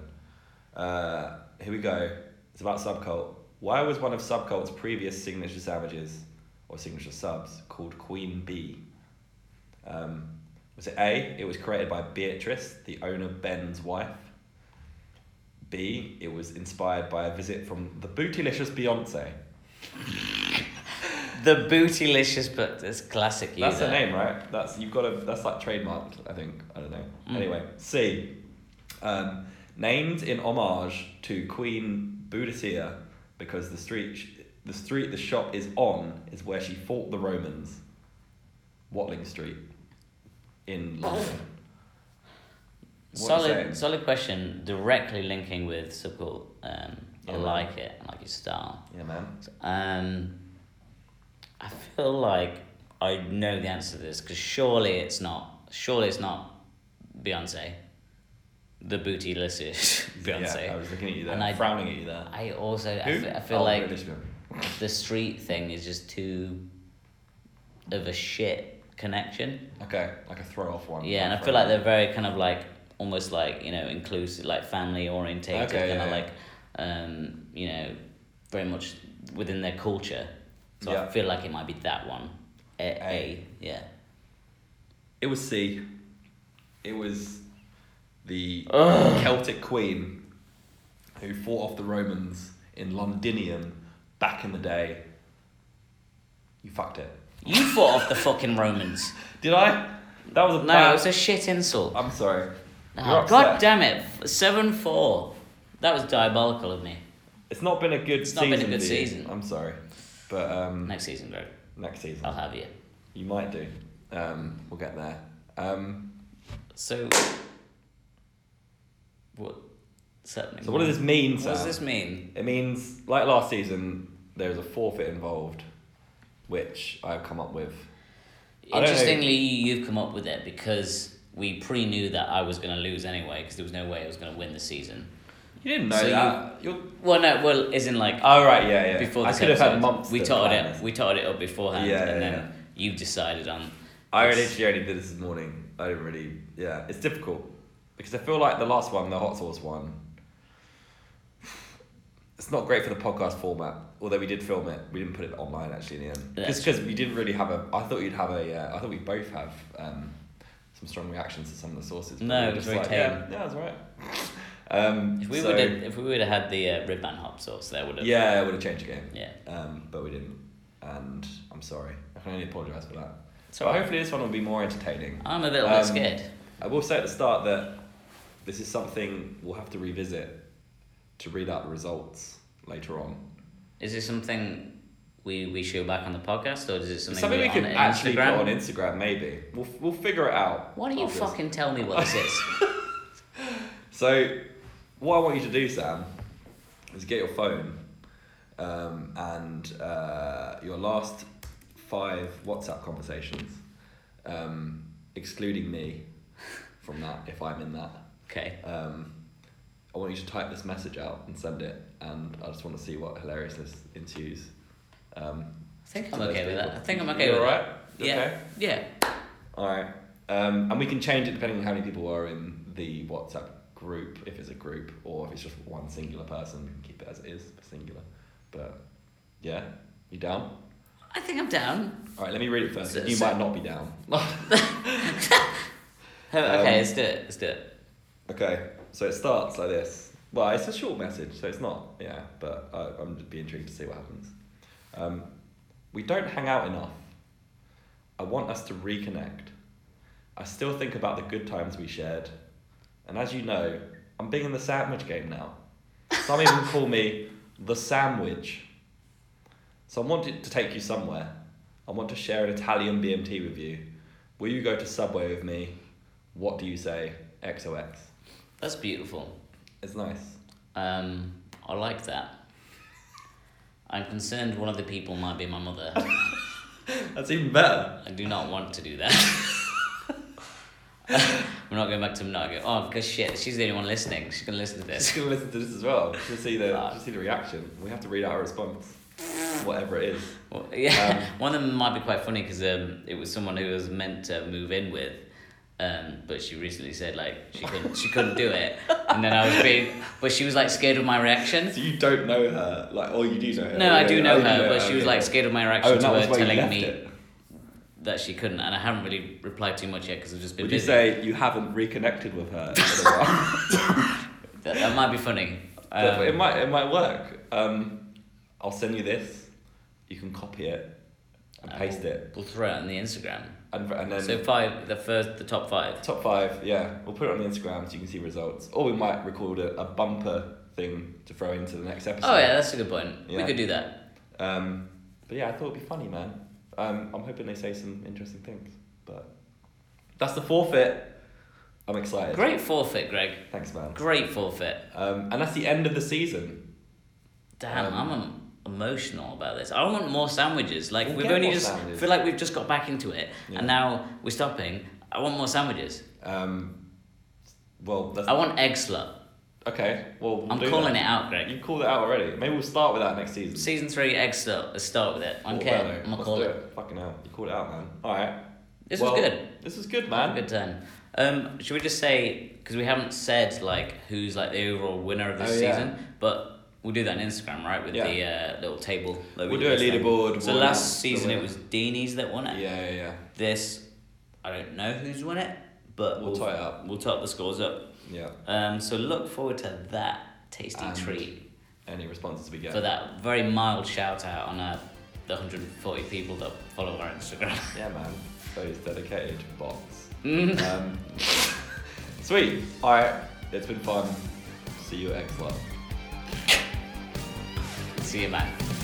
Speaker 1: Uh, here we go. It's about Subcult. Why was one of Subcult's previous signature sandwiches or signature subs called Queen Bee? Um, was it A? It was created by Beatrice, the owner of Ben's wife. B. It was inspired by a visit from the bootylicious Beyonce.
Speaker 2: The bootylicious book. That's classic you.
Speaker 1: That's the
Speaker 2: that.
Speaker 1: name, right? That's you've got to. That's like trademarked, I think. I don't know.
Speaker 2: Mm.
Speaker 1: Anyway, C. Um, named in homage to Queen Boudicca because the street sh- The street the shop is on is where she fought the Romans. Watling Street in London.
Speaker 2: Oh.
Speaker 1: What are you saying?
Speaker 2: Solid, solid question. Directly linking with subcool. Um, I
Speaker 1: Yeah.
Speaker 2: like it. I like your style.
Speaker 1: Yeah, man.
Speaker 2: Um, I feel like I know the answer to this because surely it's not. Surely it's not Beyonce. The booty is (laughs) Beyonce.
Speaker 1: Yeah, I was looking at you there,
Speaker 2: And I-
Speaker 1: frowning at you there.
Speaker 2: I also I
Speaker 1: Who?
Speaker 2: fe- I feel
Speaker 1: Oh,
Speaker 2: like
Speaker 1: British woman.
Speaker 2: the street thing is just too of a shit connection.
Speaker 1: Okay, like a throw off one.
Speaker 2: Yeah, and I feel like they're very kind of like almost like you know inclusive, like family orientated,
Speaker 1: Okay,
Speaker 2: kind
Speaker 1: yeah,
Speaker 2: of
Speaker 1: yeah.
Speaker 2: like um, you know very much within their culture. So I
Speaker 1: Yeah.
Speaker 2: feel like it might be that one. A,
Speaker 1: A.
Speaker 2: A. yeah.
Speaker 1: It was C. It was the Celtic queen who fought off the Romans in Londinium back in the day. You fucked it.
Speaker 2: You fought off the fucking
Speaker 1: (laughs)
Speaker 2: Romans.
Speaker 1: Did I? That was a
Speaker 2: No,
Speaker 1: bad.
Speaker 2: it was a shit insult.
Speaker 1: I'm sorry. You're
Speaker 2: Oh,
Speaker 1: upset.
Speaker 2: God damn it! Seven four. That was diabolical of me.
Speaker 1: It's not been a good
Speaker 2: It's not
Speaker 1: season.
Speaker 2: been a good
Speaker 1: for you.
Speaker 2: season.
Speaker 1: I'm sorry. But um,
Speaker 2: Next season, Greg,
Speaker 1: next season,
Speaker 2: I'll have you.
Speaker 1: you might do. Um, we'll get there. Um,
Speaker 2: So, what? What's happening?
Speaker 1: so, what does this mean,
Speaker 2: What does
Speaker 1: Sam?
Speaker 2: this mean?
Speaker 1: It means, like last season, there was a forfeit involved, which I've come up with. I don't know.
Speaker 2: Interestingly, you've come up with it because we pre knew that I was going to lose anyway because there was no way I was going to win the season.
Speaker 1: You didn't know
Speaker 2: So
Speaker 1: that. You... are
Speaker 2: Well, no, well, isn't like
Speaker 1: Oh, right, yeah, yeah.
Speaker 2: before
Speaker 1: I
Speaker 2: this
Speaker 1: could have
Speaker 2: episode,
Speaker 1: had months.
Speaker 2: we
Speaker 1: to
Speaker 2: totted
Speaker 1: plan
Speaker 2: it.
Speaker 1: this.
Speaker 2: We totted it up beforehand,
Speaker 1: Yeah,
Speaker 2: and
Speaker 1: yeah,
Speaker 2: then you decided on.
Speaker 1: I
Speaker 2: this.
Speaker 1: literally only did this this morning. I didn't really. Yeah, it's difficult because I feel like the last one, the hot sauce one, it's not great for the podcast format. Although we did film it, we didn't put it online actually in the end.
Speaker 2: That's
Speaker 1: Just because we didn't really have a. I thought you'd have a. Uh, I thought we both have um, some strong reactions to some of the sources. but
Speaker 2: No,
Speaker 1: we
Speaker 2: it
Speaker 1: were
Speaker 2: was
Speaker 1: just
Speaker 2: very
Speaker 1: like, Yeah,
Speaker 2: tame.
Speaker 1: yeah, that's right. (laughs) Um,
Speaker 2: If we
Speaker 1: so-
Speaker 2: would have, if we would have had the uh, rib and hop sauce, there would have.
Speaker 1: yeah, it would have changed the game.
Speaker 2: Yeah.
Speaker 1: Um, but we didn't, and I'm sorry. I can only apologise for that.
Speaker 2: So
Speaker 1: So hopefully this one will be more entertaining.
Speaker 2: I'm a little
Speaker 1: Um,
Speaker 2: bit scared.
Speaker 1: I will say at the start that this is something we'll have to revisit to read out the results later on.
Speaker 2: Is this something we we show back on the podcast, or is it something,
Speaker 1: It's something
Speaker 2: we,
Speaker 1: we
Speaker 2: on
Speaker 1: could actually
Speaker 2: Instagram?
Speaker 1: put on Instagram, maybe. We'll, we'll figure it out.
Speaker 2: Why don't you
Speaker 1: after this.
Speaker 2: fucking tell me what this is?
Speaker 1: (laughs) So, what I want you to do, Sam, is get your phone um, and uh, your last five WhatsApp conversations, um, excluding me from that, if I'm in that.
Speaker 2: Okay.
Speaker 1: um, I want you to type this message out and send it, and I just want to see what hilariousness ensues. Um,
Speaker 2: I think I'm
Speaker 1: to those
Speaker 2: okay with that. I
Speaker 1: people.
Speaker 2: think I'm okay
Speaker 1: You
Speaker 2: with
Speaker 1: alright?
Speaker 2: that.
Speaker 1: You
Speaker 2: Yeah.
Speaker 1: okay?
Speaker 2: Yeah.
Speaker 1: All right, um, and we can change it depending on how many people are in the WhatsApp group, if it's a group or if it's just one singular person. We can keep it as it is, singular. But yeah, you down?
Speaker 2: I think I'm down.
Speaker 1: All right, let me read it first.
Speaker 2: So-
Speaker 1: 'cause you
Speaker 2: so-
Speaker 1: might not be down.
Speaker 2: Oh, okay, let's do it. Let's do it.
Speaker 1: Okay, so it starts like this. Well, it's a short message, so it's not, yeah, but I, I'm just be intrigued to see what happens. Um, we don't hang out enough. I want us to reconnect. I still think about the good times we shared. And as you know, I'm big in the sandwich game now. Some even call me the sandwich. So I wanted to take you somewhere. I want to share an Italian BMT with you. Will you go to Subway with me? What do you say? XOX.
Speaker 2: That's beautiful.
Speaker 1: It's nice.
Speaker 2: Um, I like that. I'm concerned one of the people might be my mother.
Speaker 1: That's even better.
Speaker 2: I do not want to do that. (laughs) We're not going back to Monaco. Oh, because shit, she's the only one listening. She's going to listen to
Speaker 1: She's
Speaker 2: this.
Speaker 1: gonna listen to this as well. She'll see the she'll see the reaction. We have to read out her response. Whatever it is.
Speaker 2: Well, yeah, (laughs) one of them might be quite funny because um, it was someone who was meant to move in with, um, but she recently said like she couldn't she couldn't do it, and then I was being, but she was like scared of my reaction.
Speaker 1: So you don't know her, like or you do know her.
Speaker 2: No, I do
Speaker 1: Yeah,
Speaker 2: know
Speaker 1: you
Speaker 2: her, but she was
Speaker 1: okay.
Speaker 2: like scared of my
Speaker 1: Oh,
Speaker 2: reaction
Speaker 1: and
Speaker 2: to
Speaker 1: that was
Speaker 2: her
Speaker 1: why you
Speaker 2: telling
Speaker 1: left
Speaker 2: me
Speaker 1: it.
Speaker 2: that she couldn't, and I haven't really replied too much yet because I've just been
Speaker 1: Would you
Speaker 2: busy.
Speaker 1: say you haven't reconnected with her? in a
Speaker 2: (laughs)
Speaker 1: while?
Speaker 2: that, that might be funny.
Speaker 1: But it
Speaker 2: Um,
Speaker 1: might it might work. Um, I'll send you this. You can copy it and
Speaker 2: and
Speaker 1: paste
Speaker 2: we'll-
Speaker 1: it,
Speaker 2: We'll throw it on the Instagram.
Speaker 1: and, and then
Speaker 2: Oh. So five, the first, the top five.
Speaker 1: Top five, yeah. We'll put it on the Instagram so you can see results. Or we might record a, a bumper thing to throw into the next episode.
Speaker 2: Oh yeah, that's a good point. We
Speaker 1: Yeah.
Speaker 2: could do that.
Speaker 1: Um, but yeah, I thought it'd be funny, man. Um, I'm hoping they say some interesting things. But that's the forfeit. I'm excited.
Speaker 2: Great forfeit, Greg.
Speaker 1: Thanks, man.
Speaker 2: Great forfeit.
Speaker 1: Um, and that's the end of the season.
Speaker 2: Damn,
Speaker 1: Um,
Speaker 2: I'm em- emotional about this. I want more sandwiches. Like
Speaker 1: We'll
Speaker 2: we've
Speaker 1: get
Speaker 2: only
Speaker 1: more
Speaker 2: just
Speaker 1: sandwiches.
Speaker 2: feel like we've just got back into it,
Speaker 1: Yeah.
Speaker 2: and now we're stopping. I want more sandwiches.
Speaker 1: Um, well, that's
Speaker 2: I want egg slut.
Speaker 1: okay. Well, we'll
Speaker 2: Oh. I'm
Speaker 1: do
Speaker 2: calling
Speaker 1: that.
Speaker 2: it out, Greg.
Speaker 1: You called it out already. Maybe we'll start with that next season.
Speaker 2: Season three, egg slut. Let's start with it. I
Speaker 1: Or
Speaker 2: don't care.
Speaker 1: Bello.
Speaker 2: I'm gonna
Speaker 1: Let's
Speaker 2: call
Speaker 1: do
Speaker 2: it.
Speaker 1: Fucking hell, you called it out, man. All right.
Speaker 2: This
Speaker 1: Well,
Speaker 2: was good.
Speaker 1: This was good, man.
Speaker 2: Good turn. Um, should we just say because we haven't said like who's like the overall winner of this
Speaker 1: Oh, yeah.
Speaker 2: season, but we'll do that on Instagram, right? With
Speaker 1: Yeah.
Speaker 2: the uh, little table. that
Speaker 1: We'll do a
Speaker 2: last time.
Speaker 1: leaderboard,
Speaker 2: So
Speaker 1: we'll announce
Speaker 2: last
Speaker 1: the
Speaker 2: season it
Speaker 1: winner.
Speaker 2: was Deanies that won it.
Speaker 1: Yeah, yeah, yeah.
Speaker 2: This, I don't know who's won it, but
Speaker 1: We'll tie it up.
Speaker 2: We'll top the scores up.
Speaker 1: Yeah.
Speaker 2: Um, so look forward to that tasty
Speaker 1: And-
Speaker 2: treat
Speaker 1: Any responses we get?
Speaker 2: for that very mild shout out on uh, the 140 people that follow our Instagram.
Speaker 1: Yeah, man. Those dedicated bots.
Speaker 2: Mm.
Speaker 1: Um, sweet. All right. It's been fun. See you at X Love.
Speaker 2: See you, man.